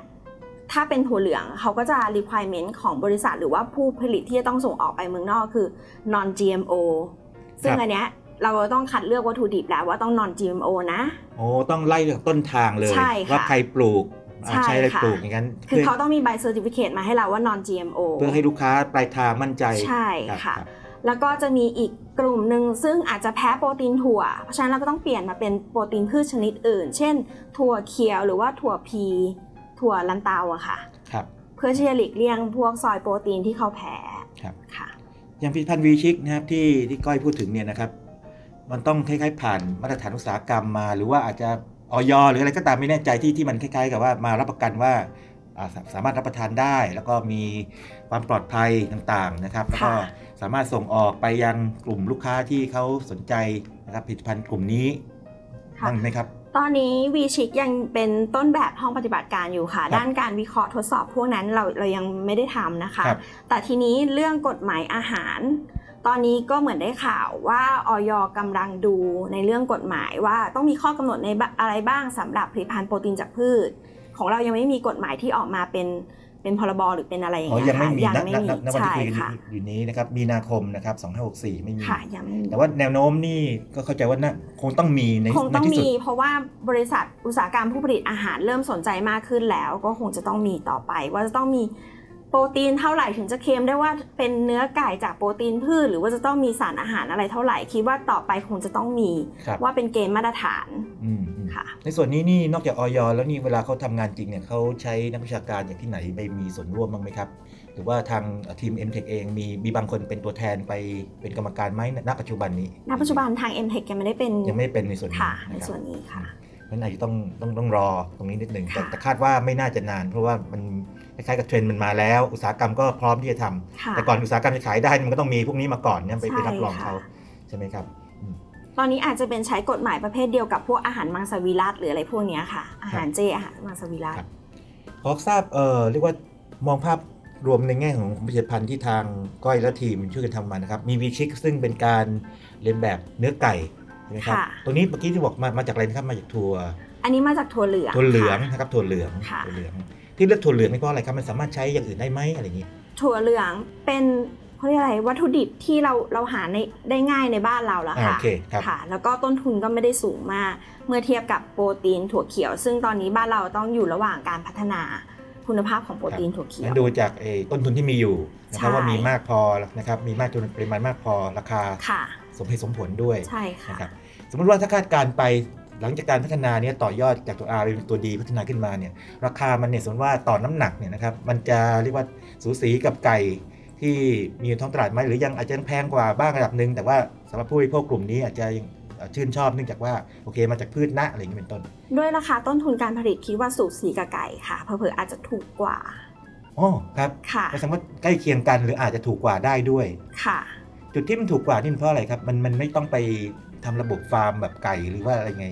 Speaker 3: ถ้าเป็นถั่วเหลืองเขาก็จะ requirement ของบริษัทหรือว่าผู้ผลิตที่จะต้องส่งออกไปเมืองนอกคือ non GMO ซึ่งอันเนี้ยเราต้องคัดเลือกวัตถุดิบแล้วว่าต้อง non GMO นะ
Speaker 2: โอ้ต้องไล่จากต้นทางเลย
Speaker 3: ใช่ค่ะ
Speaker 2: ว่าใครปลูกอ่า
Speaker 3: ใช่
Speaker 2: ใช้อะไร
Speaker 3: ค่ะ
Speaker 2: ปลูกอย่างนั้น
Speaker 3: คือ
Speaker 2: เพื่อ
Speaker 3: เขาต้องมีใบ certificate มาให้เราว่า non GMO
Speaker 2: เพื่อให้ลูกค้าปลายทางมั่นใจ
Speaker 3: ใช่
Speaker 2: รับ
Speaker 3: ค่ะ
Speaker 2: รับ
Speaker 3: แล้วก็จะมีอีกกลุ่มหนึ่งซึ่งอาจจะแพ้โปรตีนถั่ว เพราะฉะนั้นเราก็ต้องเปลี่ยนมาเป็นโปรตีนพืชชนิดอื่น เช่น ถั่วเขียวหรือว่าถั่วพี ถั่วลันเตาอะค่ะ
Speaker 2: ครับ
Speaker 3: เพื่อที่จะหลีกเลี่ยงพวกซอยโปรตีนที่เขาแพ้
Speaker 2: ครับ
Speaker 3: ค่ะ
Speaker 2: อย่างผลิตภัณฑ์วีชิกนะครับที่ที่ก้อยพูดถึงเนี่ยนะครับมันต้องคล้ายๆผ่านมาตรฐานอุตสาหกรรมมา หรือว่าอาจจะออยหรืออะไรก็ตามไม่แน่ใจที่ที่มันคล้ายๆ กับว่ามารับประกันว่าอ่าสาสามารถรับประทานได้ แล้วก็มีความปลอดภัยต่างๆนะครับแล้วก็
Speaker 3: ค่ะ
Speaker 2: สามารถส่งออกไปยังกลุ่มลูกค้าที่เขาสนใจนะครับผลิตภัณฑ์กลุ่มนี้
Speaker 3: ค่ะ
Speaker 2: บ้างไหมครับ
Speaker 3: ตอนนี้วีชิกยังเป็นต้นแบบห้องปฏิบัติการอยู่ค่ะ
Speaker 2: ครับ
Speaker 3: ด้านการวิเคราะห์ทดสอบพวกนั้นเราเรายังไม่ได้ทำนะคะ
Speaker 2: ครับ
Speaker 3: แต่ทีนี้เรื่องกฎหมายอาหาร ตอนนี้ก็เหมือนได้ข่าวว่าออยกำลังดูในเรื่องกฎหมายว่าต้องมีข้อกำหนดในบะอะไรบ้างสำหรับผลิตภัณฑ์โปรตีนจากพืช ของเรายังไม่มีกฎหมายที่ออกมาเป็นเป็นพรบหรือเป็นอะไรอย่าง
Speaker 2: อ๋อ
Speaker 3: เงี้ย
Speaker 2: ยังไม่มี
Speaker 3: ค่ะ
Speaker 2: นะ
Speaker 3: ไม่
Speaker 2: นะ
Speaker 3: มี
Speaker 2: นะนะวันที่
Speaker 3: ใช่
Speaker 2: คุยกัน
Speaker 3: ค่ะ
Speaker 2: อยู่อยู่นี้นะครับมีนาคมนะครับ2564 ไม่มี
Speaker 3: ค่ะยังไม่มี
Speaker 2: แต่ว่าแนวโน้มนี่ก็เข้าใจว่าน่าคงต้องมีใน
Speaker 3: คงต้อง
Speaker 2: ในที่สุด
Speaker 3: มีเพราะว่าบริษัทอุตสาหกรรมผู้ผลิตอาหารเริ่มสนใจมากขึ้นแล้ว ก็คงจะต้องมีต่อไป ว่าจะต้องมีโปรตีนเท่าไหร่ถึงจะเค็มได้ว่าเป็นเนื้อไก่จากโปรตีนพืช หรือว่าจะต้องมีสารอาหารอะไรเท่าไหร่คิดว่าต่อไปคงจะต้องมี
Speaker 2: ครับ
Speaker 3: ว่าเป็นเกณฑ์มาตรฐาน
Speaker 2: อืมอืม
Speaker 3: ค่ะ
Speaker 2: ในส่วนนี้นี่นอกจากออยแล้วนี่เวลาเขาทำงานจริงเนี่ยเขาใช้นักวิชาการจากที่ไหนไปมีส่วนร่วมบ้างไหมครับ หรือว่าทางทีม m t e c h เองมีมีบางคนเป็นตัวแทนไปเป็นกรรมการไหมณณปัจจุบันนี้
Speaker 3: ณปัจจุบันทาง m t e c h ยังไม่ได้เป็น
Speaker 2: ยังไม่เป็นในส่วนนี้
Speaker 3: ค่ะ ใน
Speaker 2: นะครับ
Speaker 3: ส่วนนี้ค่ะ
Speaker 2: มันอาจจะต้องต้องต้องรอตรงนี้นิดหนึ่งแต่
Speaker 3: ค่ะ
Speaker 2: แต่คาดว่าไม่น่าจะนาน เพราะว่ามันคล้ายๆกับเทรนด์มันมาแล้ว อุตสาหกรรมก็พร้อมที่จะทำ
Speaker 3: ค่ะ
Speaker 2: แต่ก่อนอุตสาหกรรมจะขายได้มันก็ต้องมีพวกนี้มาก่อนเนี่ยไปไปรับรอง
Speaker 3: ใช่ค่ะ
Speaker 2: เขาใช่ไหมครับ
Speaker 3: ตอนนี้อาจจะเป็นใช้กฎหมายประเภทเดียวกับพวกอาหารมังสวิรัตหรืออะไรพวกเนี้ยค่ะ อาหารเจอาหารมังสวิรัต
Speaker 2: ครับ ขอทราบเออเรียกว่ามองภาพรวมในแง่ของผลิตภัณฑ์ที่ทางก้อยและทีมช่วยกันทำมานะครับ มีวีชิกซึ่งเป็นการเรียนแบบเนื้อไก่ใช่ไหมครับ
Speaker 3: ค่ะ
Speaker 2: ตัวนี้เมื่อกี้ที่บอกมามาจากอะไรนะครับมาจากถั่ว
Speaker 3: อันนี้มาจากถั่วเหลือง
Speaker 2: ถั่วเหลือง
Speaker 3: ค่ะ
Speaker 2: นะครับถั่วเหลือง
Speaker 3: ค่ะ
Speaker 2: ถั่วเหลือง ที่เลือกถั่วเหลืองนี่เพราะอะไรครับมันสามารถใช้อย่างอื่นได้ไหมอะไรอย่างนี้
Speaker 3: ถั่วเหลืองเป็นเขาเรียกอะไรวัตถุดิบที่เราเราหาในได้ง่ายในบ้านเราแล้ว
Speaker 2: อ่า
Speaker 3: ค่ะ
Speaker 2: โอเคครับ
Speaker 3: แล้วก็ต้นทุนก็ไม่ได้สูงมาก เมื่อเทียบกับโปรตีนถั่วเขียว ซึ่งตอนนี้บ้านเราต้องอยู่ระหว่างการพัฒนาคุณภาพของโปรตีนถั่วเขีย
Speaker 2: งั้
Speaker 3: ว
Speaker 2: นดูจากเอ่อต้นทุนที่มีอยู่นะครับ
Speaker 3: ใช่
Speaker 2: ว่ามีมากพอนะครับมีมากจนปริมาณมากพอราคา
Speaker 3: ค่ะ
Speaker 2: สมเหตุสมผลด้วย
Speaker 3: ใช่ค่ะ
Speaker 2: นะครับสมมติว่าถ้าคาดการณ์ไปหลังจากการพัฒนาเนี่ยต่อยอดจากตัว R เป็นตัว D พัฒนาขึ้นมาเนี่ยราคามันเนี่ยสมมติว่าต่อน้ำหนักเนี่ยนะครับมันจะเรียกว่าสูสีกับไก่ที่มีอยู่ท้องตลาดไหมหรือยังอาจจะยังแพงกว่าบ้างระดับหนึ่งแต่ว่าสำหรับผู้บริโภคกลุ่มนี้อาจจะยังเอ่อชื่นชอบเนื่องจากว่าโอเคมาจากพืชนะอะไรอย่างนี้เป็นต้น
Speaker 3: ด้วยราคาต้นทุนการผลิตคิดว่าสูสีกับไก่ค่ะเผลอๆอาจจะถูกกว่า
Speaker 2: อ๋อครับ
Speaker 3: ค่ะ
Speaker 2: ก็แสดงว่าใกล้เคียงกันหรืออาจจะถูกกว่าได้ด้วย
Speaker 3: ค่ะ
Speaker 2: จุดที่มันถูกกว่านี่มันเพราะอะไรครับมันมันไม่ต้องไปทำระบบฟาร์มแบบไก่หรือว่าอะไรไง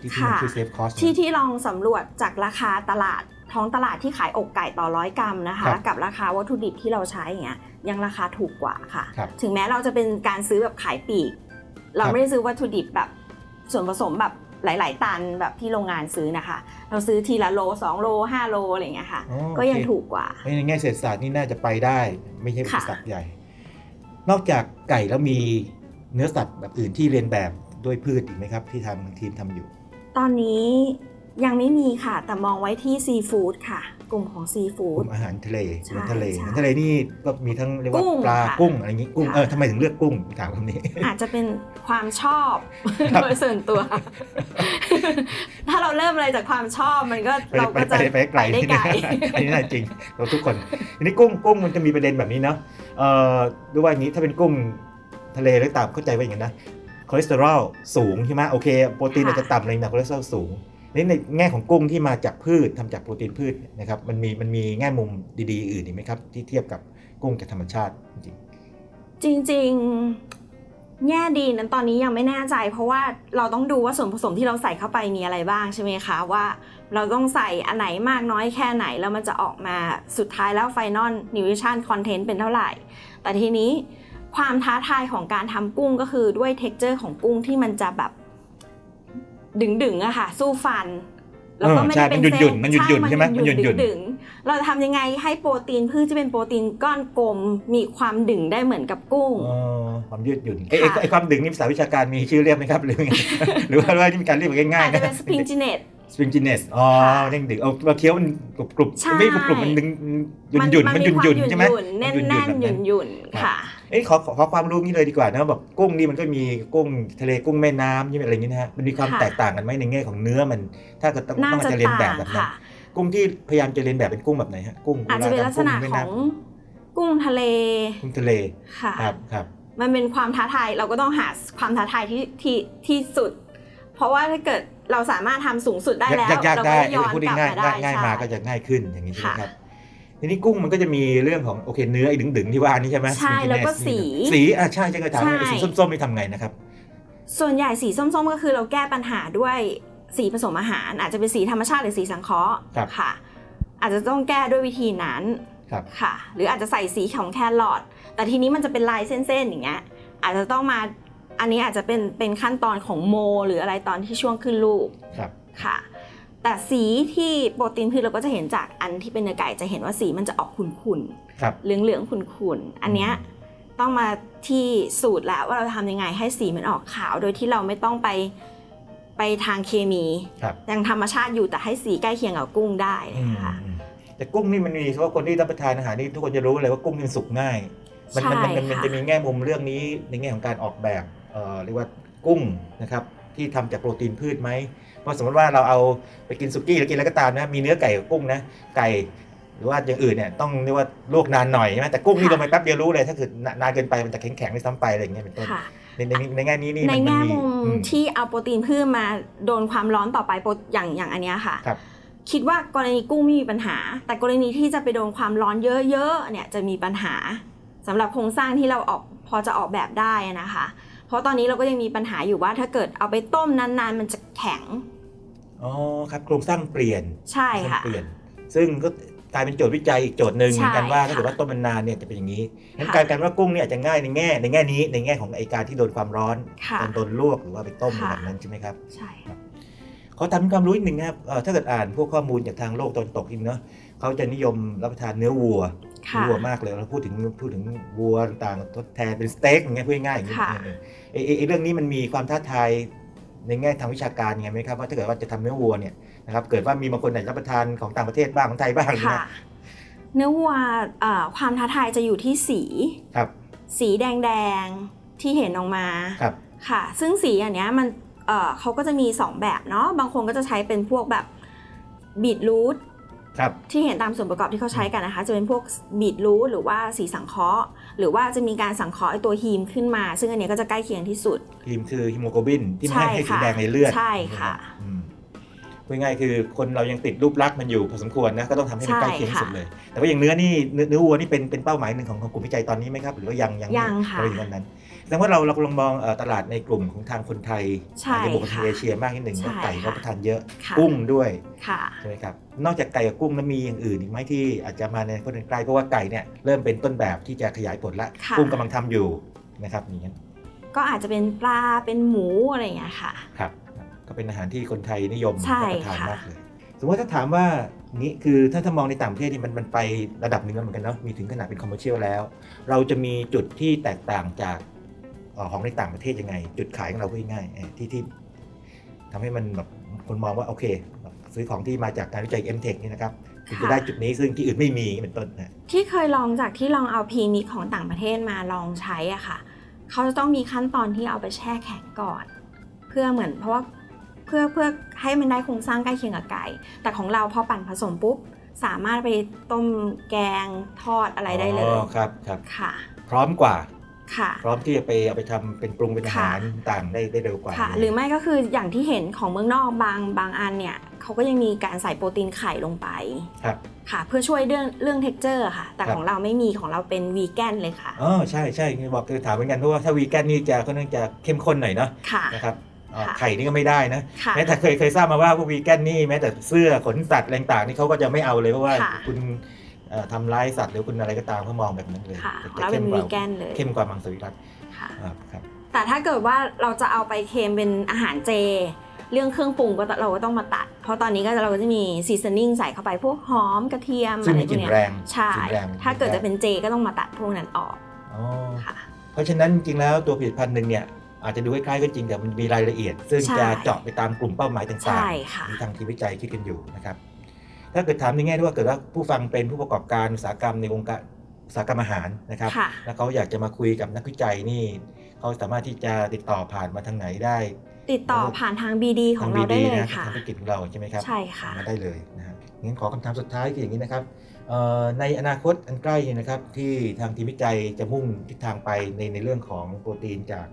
Speaker 2: ที่ที่มัน
Speaker 3: ค่ะ
Speaker 2: ช่วยเซฟคอส
Speaker 3: ที่ที่ลองสำรวจจากราคาตลาดท้องตลาดที่ขายอกไก่ต่อร้อยกรัมนะ
Speaker 2: ค
Speaker 3: คะ
Speaker 2: รับ
Speaker 3: กับราคาวัตถุดิบที่เราใช้อย่างเงี้ยยังราคาถูกกว่าค่ะ
Speaker 2: ครับ
Speaker 3: ถึงแม้เราจะเป็นการซื้อแบบขายปลีก เรา
Speaker 2: ครับ
Speaker 3: ไม่ได้ซื้อวัตถุดิบแบบ ส่วนผสมแบบหลาย ๆ ตันแบบที่โรงงานซื้อนะคะ เราซื้อทีละโลสองโลห้าโลอะไรอย่างเงี้ยค่ะ
Speaker 2: อ๋อ
Speaker 3: ก็ยัง
Speaker 2: โอเค
Speaker 3: ถูกกว่า
Speaker 2: เฮ้ยในแง่เศรษฐศาสตร์นี่น่าจะไปได้ ไม่ใช่อุป
Speaker 3: ค่ะ
Speaker 2: สรรคใหญ่ นอกจากไก่แล้วมีเนื้อสัตว์แบบอื่นที่เรียนแบบด้วยพืชอีกไหมครับ ที่ทางทีมทำอยู่
Speaker 3: ตอนนี้ยังไม่มีค่ะ แต่มองไว้ที่ซีฟู้ดค่ะ กลุ่มของซีฟู้
Speaker 2: ก
Speaker 3: ด
Speaker 2: ลุ่มอาหารทะเล
Speaker 3: ใช่
Speaker 2: อาหารทะเล
Speaker 3: ใช่
Speaker 2: อาหารทะเลนี่ก็มีทั้งเรียกว่า
Speaker 3: กุ้ง
Speaker 2: ปลา
Speaker 3: ค่ะ
Speaker 2: กุ้งอะไรอย่างนี้กุ้ง
Speaker 3: ค่ะ
Speaker 2: เออทำไมถึงเลือกกุ้งถามคำนี้
Speaker 3: อาจจะเป็นความชอบ
Speaker 2: ครับ
Speaker 3: โดยส่วน ตัว ถ้าเราเริ่มอะไรจากความชอบมันก็
Speaker 2: ไป
Speaker 3: เรา
Speaker 2: ไป
Speaker 3: ก็จะ
Speaker 2: ไปไปไกล
Speaker 3: ได้
Speaker 2: ที่
Speaker 3: ไกล
Speaker 2: นี่อันนี้น่า จริงเราทุกคนทีนี้กุ้งกุ้งมันจะมีประเด็นแบบนี้เนาะเอ่อด้วยว่าอย่างนี้ถ้าเป็นกุ้งทะเลแล้วตามเข้าใจว่าอย่างนั้นนะคอเลสเตอรอลสูงใช่ไหมโอเคโปรตีน
Speaker 3: ค่ะ
Speaker 2: อาจจะต่ำเลยนะคอเลสเตอรอลสูงนี่ในแง่ของกุ้งที่มาจากพืชทำจากโปรตีนพืชนะครับมันมีมันมีแง่มุมดีๆ อื่นอีกไหมครับ ที่เทียบกับกุ้งจากธรรมชาติจริง
Speaker 3: จริงๆ แง่ดีนั้นตอนนี้ยังไม่แน่ใจ เพราะว่าเราต้องดูว่าส่วนผสมที่เราใส่เข้าไปมีอะไรบ้างใช่ไหมคะว่า เราต้องใส่อันไหนมากน้อยแค่ไหน แล้วมันจะออกมาสุดท้ายแล้วไฟนอลนิวทริชั่นคอนเทนต์เป็นเท่าไหร่ แต่ทีนี้ความท้าทายของการทำกุ้งก็คือด้วยเท็กเจอร์ของกุ้งที่มันจะแบบดึงๆอะค่ะ สู้ฟัน แล้วก็
Speaker 2: เออ
Speaker 3: ไม่
Speaker 2: ใช่
Speaker 3: ได้เป็น
Speaker 2: มันหยุ่
Speaker 3: เ
Speaker 2: นๆ
Speaker 3: ส้น
Speaker 2: มันหยุ่นๆใช่ไหมมันหยุ่นๆ
Speaker 3: ดึงๆเราจะทำยังไงให้โปรตีนพืชที่เป็นโปรตีนก้อนกลมมีความดึงได้เหมือนกับกุ้ง
Speaker 2: เอ่อความยืดหยุ่นเอ้ย
Speaker 3: ค่ะ
Speaker 2: ไอ้ความดึงนี่ภาษาวิชาการมีชื่อเรียกไหมครับหรือไง หรือว่าว่านี่มีการเรียกแบบง่าย
Speaker 3: อาจ
Speaker 2: ๆ
Speaker 3: จะ
Speaker 2: นะ
Speaker 3: เป็นสปริงจิเนต
Speaker 2: สปริงจิเนสอ๋อ
Speaker 3: ค่ะ
Speaker 2: เด้งดึงเอาเอาเคี้ยวมันกรุบกรุบ
Speaker 3: ใช่
Speaker 2: ไม่กรุบกรุบมันดึงหยุ่นหยุ่นมันหยุ่นหยุ่นใช่ไหม
Speaker 3: แน่นแน่นๆหยุ่นๆค่ะ
Speaker 2: เอ้ยขอขอขอความรู้นี้เลยดีกว่านะแบบกุ้งนี่มันก็มีกุ้งทะเลกุ้งแม่น้ำใช่ไหมอะไรอย่างนี้นะฮะมันมีความ
Speaker 3: ค่ะ
Speaker 2: แตกต่างกันไหมในแง่ของเนื้อมัน ถ้าเกิดต้อง
Speaker 3: น่า
Speaker 2: ต้องอาจ
Speaker 3: จะ
Speaker 2: จะเรียนแบ
Speaker 3: ต่า
Speaker 2: บ
Speaker 3: ง
Speaker 2: แบบนั้น
Speaker 3: ค่ะ
Speaker 2: กุ้งที่พยายามจะเรียนแบบเป็นกุ้งแบบไหนฮะกุ้ง
Speaker 3: อาจจะเป็น
Speaker 2: วล
Speaker 3: ลักษณะ
Speaker 2: กุ้แม่
Speaker 3: ข
Speaker 2: น้ำ
Speaker 3: องกุ้งทะเล
Speaker 2: กุ้งทะเล
Speaker 3: ค่ะ
Speaker 2: ครับครับ
Speaker 3: มันเป็นความท้าทายเราก็ต้องหาความท้าทายที่ที่ที่สุด เพราะว่าถ้าเกิดเราสามารถทำสูงสุดได้แล้ว
Speaker 2: ยากยาก
Speaker 3: เรา
Speaker 2: ได้
Speaker 3: ก็ย้อน
Speaker 2: พูด
Speaker 3: กลับ
Speaker 2: ง่าย
Speaker 3: มา
Speaker 2: ง่า
Speaker 3: ได้
Speaker 2: ยง่าย
Speaker 3: ใช่
Speaker 2: มาก็จะง่ายขึ้นอย่างนี้ใช่ไหม
Speaker 3: ค่ะ
Speaker 2: ครับทีนี้กุ้งมันก็จะมีเรื่องของโอเคเนื้อไอ้ดึงๆที่ว่านี่ใช่ไหม
Speaker 3: ใช่
Speaker 2: spring
Speaker 3: แล้วก็
Speaker 2: genius
Speaker 3: สี
Speaker 2: สีอ่ะใช่ใช่ก็ถามว่าไอ้
Speaker 3: ใช่
Speaker 2: สีส้มๆนี่ทำไงนะครับ
Speaker 3: ส่วนใหญ่สีส้มๆ ก็คือเราแก้ปัญหาด้วยสีผสมอาหาร อาจจะเป็นสีธรรมชาติหรือสีสังเคราะห์
Speaker 2: ครับ
Speaker 3: ค่ะ อาจจะต้องแก้ด้วยวิธีนั้น
Speaker 2: ครับ
Speaker 3: ค่ะ หรืออาจจะใส่สีของแครอทแต่ทีนี้มันจะเป็นลายเส้นๆอย่างเงี้ยอาจจะต้องมาอันนี้อาจจะเป็นเป็นขั้นตอนของโม หรืออะไรตอนที่ช่วงขึ้นลูก
Speaker 2: ครับ
Speaker 3: ค่ะ แต่สีที่โปรตีนพืชเราก็จะเห็นจากอันที่เป็นเนื้อไก่จะเห็นว่าสีมันจะออกขุ่น
Speaker 2: ครับ
Speaker 3: ๆ เหลืองๆ ขุ่นๆ อันเนี้ยต้องมาที่สูตรแล้วว่าเราทำยังไงให้สีมันออกขาว โดยที่เราไม่ต้องไปไปทางเคมี
Speaker 2: ครับ
Speaker 3: ยังธรรมชาติอยู่แต่ให้สีใกล้เคียงกับกุ้งได้นะคะ
Speaker 2: อืมแต่กุ้งนี่มันมีเฉพาะคนที่รับประทานอาหารนี่ทุกคนจะรู้เลยว่ากุ้งนี่มันสุกง่าย มันมันมันมัน
Speaker 3: ใช่ค่ะ
Speaker 2: มันจะมีแง่มุมเรื่องนี้ในแง่ของการออกแบบเอ่อเรียกว่ากุ้งนะครับที่ทำจากโปรตีนพืชไหมเพราะสมมติว่าเราเอาไปกินสุกี้หรือกินอะไรก็ตามนะมีเนื้อไก่กับกุ้งนะไก่หรือว่าอย่างอื่นเนี่ยต้องเรียกว่าลวกนานหน่อยใช่ไหมแต่กุ้งนี่ลงไปแป๊บเดียวรู้เลยถ้าเกิดนานเกินไปมันจะแข็งแข็งๆด้วยซ้ำไปอะไรอย่างเงี้ยเป็นต้น
Speaker 3: ค่ะ
Speaker 2: ในในในแง่นี้นี่
Speaker 3: ใน
Speaker 2: มันมัน
Speaker 3: แง่
Speaker 2: มี
Speaker 3: มุม
Speaker 2: อืม
Speaker 3: ที่เอาโปรตีนพืชมาโดนความร้อนต่อไปโปรอย่างอย่างอันเนี้ยค่ะ
Speaker 2: ครับ
Speaker 3: คิดว่ากรณีกุ้งไม่มีปัญหา แต่กรณีที่จะไปโดนความร้อนเยอะๆเนี่ยจะมีปัญหาสำหรับโครงสร้างที่เราออกพอจะออกแบบได้นะคะ เพราะตอนนี้เราก็ยังมีปัญหาอยู่ว่าถ้าเกิดเอาไปต้มนานๆ มันจะแข็ง
Speaker 2: อ๋อครับโครงสร้างเปลี่ยน
Speaker 3: ใช่ค่ะ
Speaker 2: เปลี่ยน ซึ่งก็กลายเป็นโจทย์วิจัยอีกโจทย์หนึ่ง
Speaker 3: ใช่
Speaker 2: เหมือนกันว่า
Speaker 3: ค่ะ
Speaker 2: ถ้าเกิดว่าต้นมันนานเนี่ยจะเป็นอย่างนี้งั้น
Speaker 3: ค่ะ
Speaker 2: การการว่ากุ้งเนี่ยอาจจะง่ายในแง่ในแง่นี้ในแง่ของไอการที่โดนความร้อน
Speaker 3: ค่ะ
Speaker 2: ตอนโดนลวกหรือว่าไปต้ม
Speaker 3: ค่ะ
Speaker 2: แบบนั้นใช่ไหมครับ
Speaker 3: ใช่ค่ะ
Speaker 2: เขาทำความรู้อีกหนึ่งนะครับเอ่อถ้าเกิดอ่านพวกข้อมูลจากทางโลกตะวันตกอีกเนาะเขาจะนิยมรับประทานเนื้อวัว
Speaker 3: ค่ะ
Speaker 2: เนื้อวัวมากเลยเราพูดถึงพูดถึงวัวต่างๆทดแทนเป็นสเต็กอย่างเงี้ยพูดง่ายๆอย่างเงี้ย
Speaker 3: ค่ะ
Speaker 2: เออเออเออเรื่องนี้มันมีความท้าทายในแง่ทางวิชาการยังไงไหมครับว่าถ้าเกิดว่าจะทำเนื้อวัวเนี่ยนะครับเกิดว่ามีบางคนไหนรับประทานของต่างประเทศบ้างของไทยบ้างนะ
Speaker 3: ค่ะ เนื้อวัวเอ่อความท้าทายจะอยู่ที่สี
Speaker 2: ครับ
Speaker 3: สีแดงๆที่เห็นออกมา
Speaker 2: ครับ
Speaker 3: ค่ะ ซึ่งสีอันเนี้ยมันเอ่อเขาก็จะมี 2 แบบเนาะ บางคนก็จะใช้เป็นพวกแบบบีทรูท
Speaker 2: ครับ
Speaker 3: ที่เห็นตามส่วนประกอบที่เขาใช้กันนะคะ จะเป็นพวกบีทรูทหรือว่าสีสังเคราะห์ หรือว่าจะมีการสังเคราะห์ไอ้ตัวฮีมขึ้นมา ซึ่งอันเนี้ยก็จะใกล้เคียงที่สุด
Speaker 2: ทีมคือฮิโมโกลบินที่มัน
Speaker 3: ใช่
Speaker 2: ให้
Speaker 3: ค่ะ
Speaker 2: ให้สีแดงในเลือด
Speaker 3: ใช่ค่ะ
Speaker 2: อืมพูดง่ายๆคือคนเรายังติดรูปลักษณ์มันอยู่พอสมควรนะก็ต้องทำให้มัน
Speaker 3: ใช่
Speaker 2: ใกล้เคียงที่สุด
Speaker 3: ค่ะ
Speaker 2: เลย แต่ว่าอย่างเนื้อนี่เนื้อเนื้อวัวนี่เป็นเป็นเป้าหมายหนึ่งของของกลุ่มวิจัยตอนนี้ไหมครับ หรือว่ายังยัง
Speaker 3: ยังค่ะ
Speaker 2: เราอยู่ตอนนั้นแสดงว่าเราเราลองมองเอ่อตลาดในกลุ่มของทางคนไทย
Speaker 3: ใช่
Speaker 2: อาจจะบวกกับทาง
Speaker 3: ค่ะ
Speaker 2: เอเชียมากนิดหนึ่ง
Speaker 3: ใช่
Speaker 2: ว่าไก่
Speaker 3: ค่ะ
Speaker 2: เขาประทานเยอะ
Speaker 3: ค่ะ
Speaker 2: กุ้งด้วย
Speaker 3: ค่ะ
Speaker 2: ใช่ไหมครับนอกจากไก่กับกุ้งแล้วมีอย่างอื่นอีกไหมที่อาจจะมาในคนใกล้เพราะว่าไก่เนี่ยเริ่มเป็นต้นแบบที่จะขยายผลละ
Speaker 3: ค่ะ
Speaker 2: กุ้งกำลังทำอยู่นะครับอย่างนี้ย
Speaker 3: ก็อาจจะเป็นปลาเป็นหมูอะไรอย่างเงี้ยค่ะ
Speaker 2: ครับ ก็เป็นอาหารที่คนไทยนิยม
Speaker 3: ใช่
Speaker 2: รับประทาน
Speaker 3: ค่ะ
Speaker 2: มากเลย สมมติว่าถ้าถามว่านี้คือถ้าถ้ามองในต่างประเทศนี่มันมันไประดับหนึ่งแล้วเหมือนกันเนาะมีถึงขนาดเป็นคอมเมอร์เชียลแล้ว เราจะมีจุดที่แตกต่างจากเอ่อของในต่างประเทศยังไง จุดขายของเราพูดง่ายๆเอ่อที่ที่ทำให้มันแบบคนมองว่าโอเคแบบซื้อของที่มาจากการวิจัย M-Tech นี่นะครับถึงจะได้จุดนี้ซึ่งที่อื่นไม่มีเป็นต้นนะ
Speaker 3: ที่เคยลองจากที่ลองเอาพีนิกของต่างประเทศมาลองใช้อะค่ะ เขาจะต้องมีขั้นตอนที่เอาไปแช่แข็งก่อน เพื่อเหมือนเพราะว่าเพื่อเพื่อให้มันได้โครงสร้างใกล้เคียงกับไก่ แต่ของเราพอปั่นผสมปุ๊บ สามารถไปต้มแกงทอดอะไรได้เลย
Speaker 2: อ๋อครับครับ
Speaker 3: ค่ะ
Speaker 2: พร้อมกว่า
Speaker 3: ค่ะ
Speaker 2: พร้อมที่จะไปเอาไปทำเป็นปรุงเป็นอาหารต่างได้ได้เร็วกว่า
Speaker 3: ค่ะ หรือไม่ก็คืออย่างที่เห็นของเมืองนอกบางบางอันเนี่ยเขาก็ยังมีการใส่โปรตีนไข่ลงไป
Speaker 2: ครับ
Speaker 3: ค่ะ เพื่อช่วยเรื่องเรื่องเท็กเจอร์ค่ะ แต่
Speaker 2: ครับ
Speaker 3: ของเราไม่มีของเราเป็นวีแกนเลยค่ะ
Speaker 2: อ๋อใช่ใช่บอกคือถามเหมือนกันเพราะว่าถ้าวีแกนนี่จะค่อนข้างจะเข้มข้นหน่อยเนาะ
Speaker 3: ค่ะ
Speaker 2: นะครับอ่า
Speaker 3: ค่ะ
Speaker 2: ไข่นี่ก็ไม่ได้นะ
Speaker 3: ค่ะ
Speaker 2: แม้แต่เคยเคยทราบมาว่าพวกวีแกนนี่แม้แต่เสื้อขนสัตว์อะไรต่างๆนี่เขาก็จะไม่เอาเลยเพราะว่า
Speaker 3: ค่ะ
Speaker 2: คุณเอ่อทำร้ายสัตว์หรือคุณอะไรก็ตามเขามองแบบนั้นเลย
Speaker 3: ค่ะ
Speaker 2: จะ
Speaker 3: เราเป็น
Speaker 2: ก
Speaker 3: วี
Speaker 2: ว่า
Speaker 3: แกนเลย
Speaker 2: เข้มกว่ามังสวิรัต
Speaker 3: ค่ะ
Speaker 2: อ่าครับ
Speaker 3: แต่ถ้าเกิดว่าเราจะเอาไปเค็มเป็นอาหารเจ เรื่องเครื่องปรุงก็ตเราก็ต้องมาตัด เพราะตอนนี้ก็เราก็จะมีซีซันนิ่งใส่เข้าไปพวกหอมกระเทียม
Speaker 2: ซึ่ง
Speaker 3: อะไร
Speaker 2: มี
Speaker 3: พ
Speaker 2: ก
Speaker 3: วก
Speaker 2: ลิ่น
Speaker 3: เนี้ย
Speaker 2: แรง
Speaker 3: ใช่
Speaker 2: กลิ่นแรง
Speaker 3: ถ้าเกิดจะเป็นเจก็ต้องมาตัดพวกนั้นออก
Speaker 2: อ๋อ
Speaker 3: ค่ะ
Speaker 2: เพราะฉะนั้นจริงๆแล้วตัวผลิตภัณฑ์หนึ่งเนี่ยอาจจะดูคล้ายๆก็จริงแต่มันมีรายละเอียด ซึ่ง
Speaker 3: ใช่
Speaker 2: จะเจาะไปตามกลุ่มเป้าหมายต่าง
Speaker 3: ใช่
Speaker 2: ๆ
Speaker 3: ค่ะ
Speaker 2: ที่ทางทีมวิจัยคิดกันอยู่นะครับถ้าเกิดถามในแง่ที่ว่าเกิดว่าผู้ฟังเป็นผู้ประกอบการอุตสาหกรรมในวงการอุตสาหกรรมอาหารนะครับ
Speaker 3: ค่ะ
Speaker 2: แล้วเขาอยากจะมาคุยกับนักวิจัยนี่เขาสามารถที่จะติดต่อผ่านมาทางไหนได้
Speaker 3: ติดต่อผ่านทาง BD ของเราได้
Speaker 2: ดี
Speaker 3: เลย
Speaker 2: นะ
Speaker 3: ค่ะ
Speaker 2: ทางธุรกิจของเราใช่ไหมครับ
Speaker 3: ใช่ค่ะ
Speaker 2: มาได้เลยนะฮะงั้นขอคำถามสุดท้ายคืออย่างนี้นะครับเอ่อในอนาคตอันใกล้เนี่ยนะครับที่ทางทีมวิจัยจะมุ่งทิศทางไปในในเรื่องของโปรตีนจาก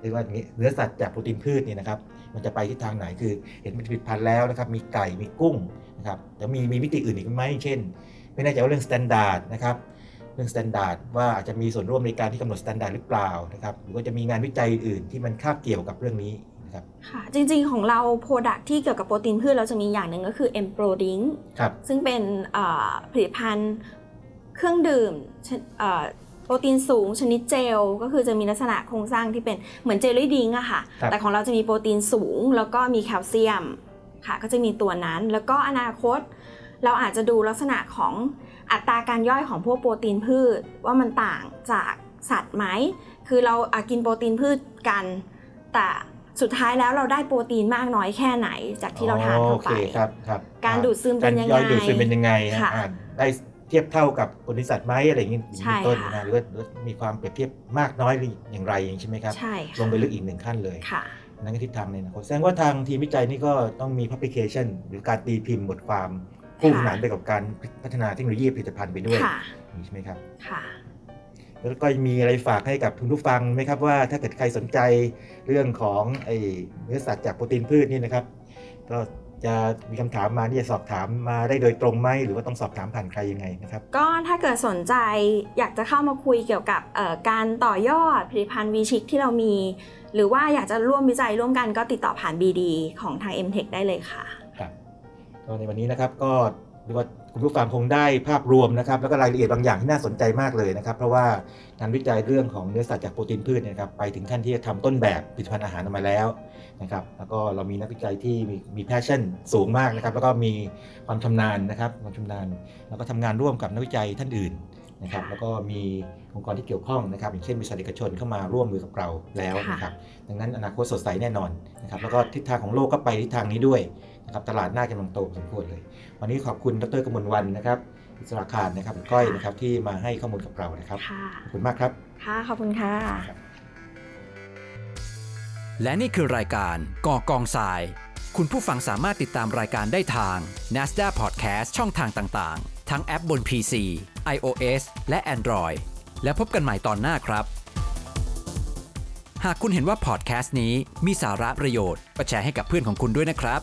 Speaker 2: เรียกว่าอย่างนี้เนื้อสัตว์จากโปรตีนพืชเนี่ยนะครับมันจะไปทิศทางไหนคือเห็นผลิตภัณฑ์แล้วนะครับมีไก่มีกุ้งนะครับแล้วมีมีมิติอื่นอีกไหมเช่น ไม่แน่ใจว่าเรื่องมาตรฐานนะครับเรื่องมาตรฐานว่าอาจจะมีส่วนร่วมในการที่กำหนดมาตรฐานหรือเปล่านะครับหรือว่าจะมีงานวิจัยอื่นที่มันคาบเกี่ยวกับเรื่องนี้นะครับ
Speaker 3: ค่ะ จริงๆของเราโปรดักที่เกี่ยวกับโปรตีนพืชเราจะมีอย่างหนึ่งก็คือ e m p r o d i n
Speaker 2: ครับ
Speaker 3: ซึ่งเป็นเอ่อผลิตภัณฑ์เครื่องดื่มชนเอ่อโปรตีนสูงชนิดเจล ก็คือจะมีลักษณะโครงสร้างที่เป็นเหมือนเจลลี่ดริงก์อะค่ะ
Speaker 2: ครับ
Speaker 3: แต่ของเราจะมีโปรตีนสูง แล้วก็มีแคลเซียมค่ะก็จะมีตัวนั้น แล้วก็อนาคต เราอาจจะดูลักษณะของอัตราการย่อยของพวกโปรตีนพืชว่ามันต่างจากสัตว์ไหม คือเราอะกินโปรตีนพืชกัน แต่สุดท้ายแล้วเราได้โปรตีนมากน้อยแค่ไหน จากที่เราทานเข้าไป
Speaker 2: โอคครับครับ
Speaker 3: การดูดซึม
Speaker 2: กา
Speaker 3: เป็
Speaker 2: ร
Speaker 3: นยัง
Speaker 2: ย่
Speaker 3: ไง
Speaker 2: อยดูดซึมเป็นยังไงฮะ
Speaker 3: ค่ะ
Speaker 2: อ่าได้เทียบเท่ากับคนที่สัตว์ไหมอะไรอย่างนี้
Speaker 3: ใช่
Speaker 2: เป็นต้นนะ
Speaker 3: ค่ะ
Speaker 2: ฮะหรือว่าหรือว่ามีความเปรียบเทียบมากน้อยหรืออย่างไรอย่างนี้ใช่ไหมครับ
Speaker 3: ใช่
Speaker 2: ลง
Speaker 3: ค่ะ
Speaker 2: ไปลึกอีกหนึ่งขั้นเลย
Speaker 3: ค่ะ
Speaker 2: อันนั่นก็ทิศทางในอนาคตแสดงว่าทางทีมวิจัยนี่ก็ต้องมี publication หรือการตีพิมพ์บทความคู่ขนานไปกับการพัฒนาเทคโนโลยีผลิตภัณฑ์ไปด้วย
Speaker 3: ค่ะ
Speaker 2: อย่างนี้ใช่ไหมครับ
Speaker 3: ค่ะ
Speaker 2: แล้วก็มีอะไรฝากให้กับคุณผู้ฟังไหมครับว่าถ้าเกิดใครสนใจเรื่องของไอ้เนื้อสัตว์จากโปรตีนพืชนี่นะครับ ก็จะมีคำถามมาที่จะสอบถามมาได้โดยตรงไหมหรือว่าต้องสอบถามผ่านใครยังไงนะครับ
Speaker 3: ก็ถ้าเกิดสนใจอยากจะเข้ามาคุยเกี่ยวกับเอ่อการต่อยอดผลิตภัณฑ์วีชิกที่เรามี หรือว่าอยากจะร่วมวิจัยร่วมกันก็ติดต่อผ่าน BD ของทาง MTech ได้เลยค่ะ
Speaker 2: ครับก็ในวันนี้นะครับก็เรียกว่าคุณผู้ฟังคงได้ภาพรวมนะครับแล้วก็รายละเอียดบางอย่างที่น่าสนใจมากเลยนะครับ เพราะว่างานวิจัยเรื่องของเนื้อสัตว์จากโปรตีนพืชเนี่ยนะครับไปถึงขั้นที่จะทำต้นแบบผลิตภัณฑ์อาหารออกมาแล้วนะครับแล้วก็เรามีนักวิจัยที่มีมีแพชชั่นสูงมากนะครับแล้วก็มีความชำนาญนะครับความชำนาญแล้วก็ทำงานร่วมกับนักวิจัยท่านอื่นนะครับแล้วก็มีองค์กรที่เกี่ยวข้องนะครับอย่างเช่นบริษัทเอกชนเข้ามาร่วมมือกับเราแล้วนะครับดังนั้นอนาคตสดใสแน่นอนนะครับแล้วก็ทิศทางของโลกก็ไปทิศทางนี้ด้วย นะครับตลาดน่ากำลังโตพอสมควรเลย วันนี้ขอบคุณดรกมลวันนะครับอิสระคารนะครับคุณก้อยนะครับที่มาให้ข้อมูลกับเรานะครับ
Speaker 3: ค่ะ
Speaker 2: ขอบคุณมากครับ
Speaker 3: ค่ะ ขอบคุณค่ะ
Speaker 1: และนี่คือรายการก่อกองทราย คุณผู้ฟังสามารถติดตามรายการได้ทาง NASDAQ Podcast ช่องทางต่างๆ ทั้งแอปบน PC iOS และ Android และพบกันใหม่ตอนหน้าครับ หากคุณเห็นว่าพอดแคสต์นี้มีสาระประโยชน์ก็แชร์ให้กับเพื่อนของคุณด้วยนะครับ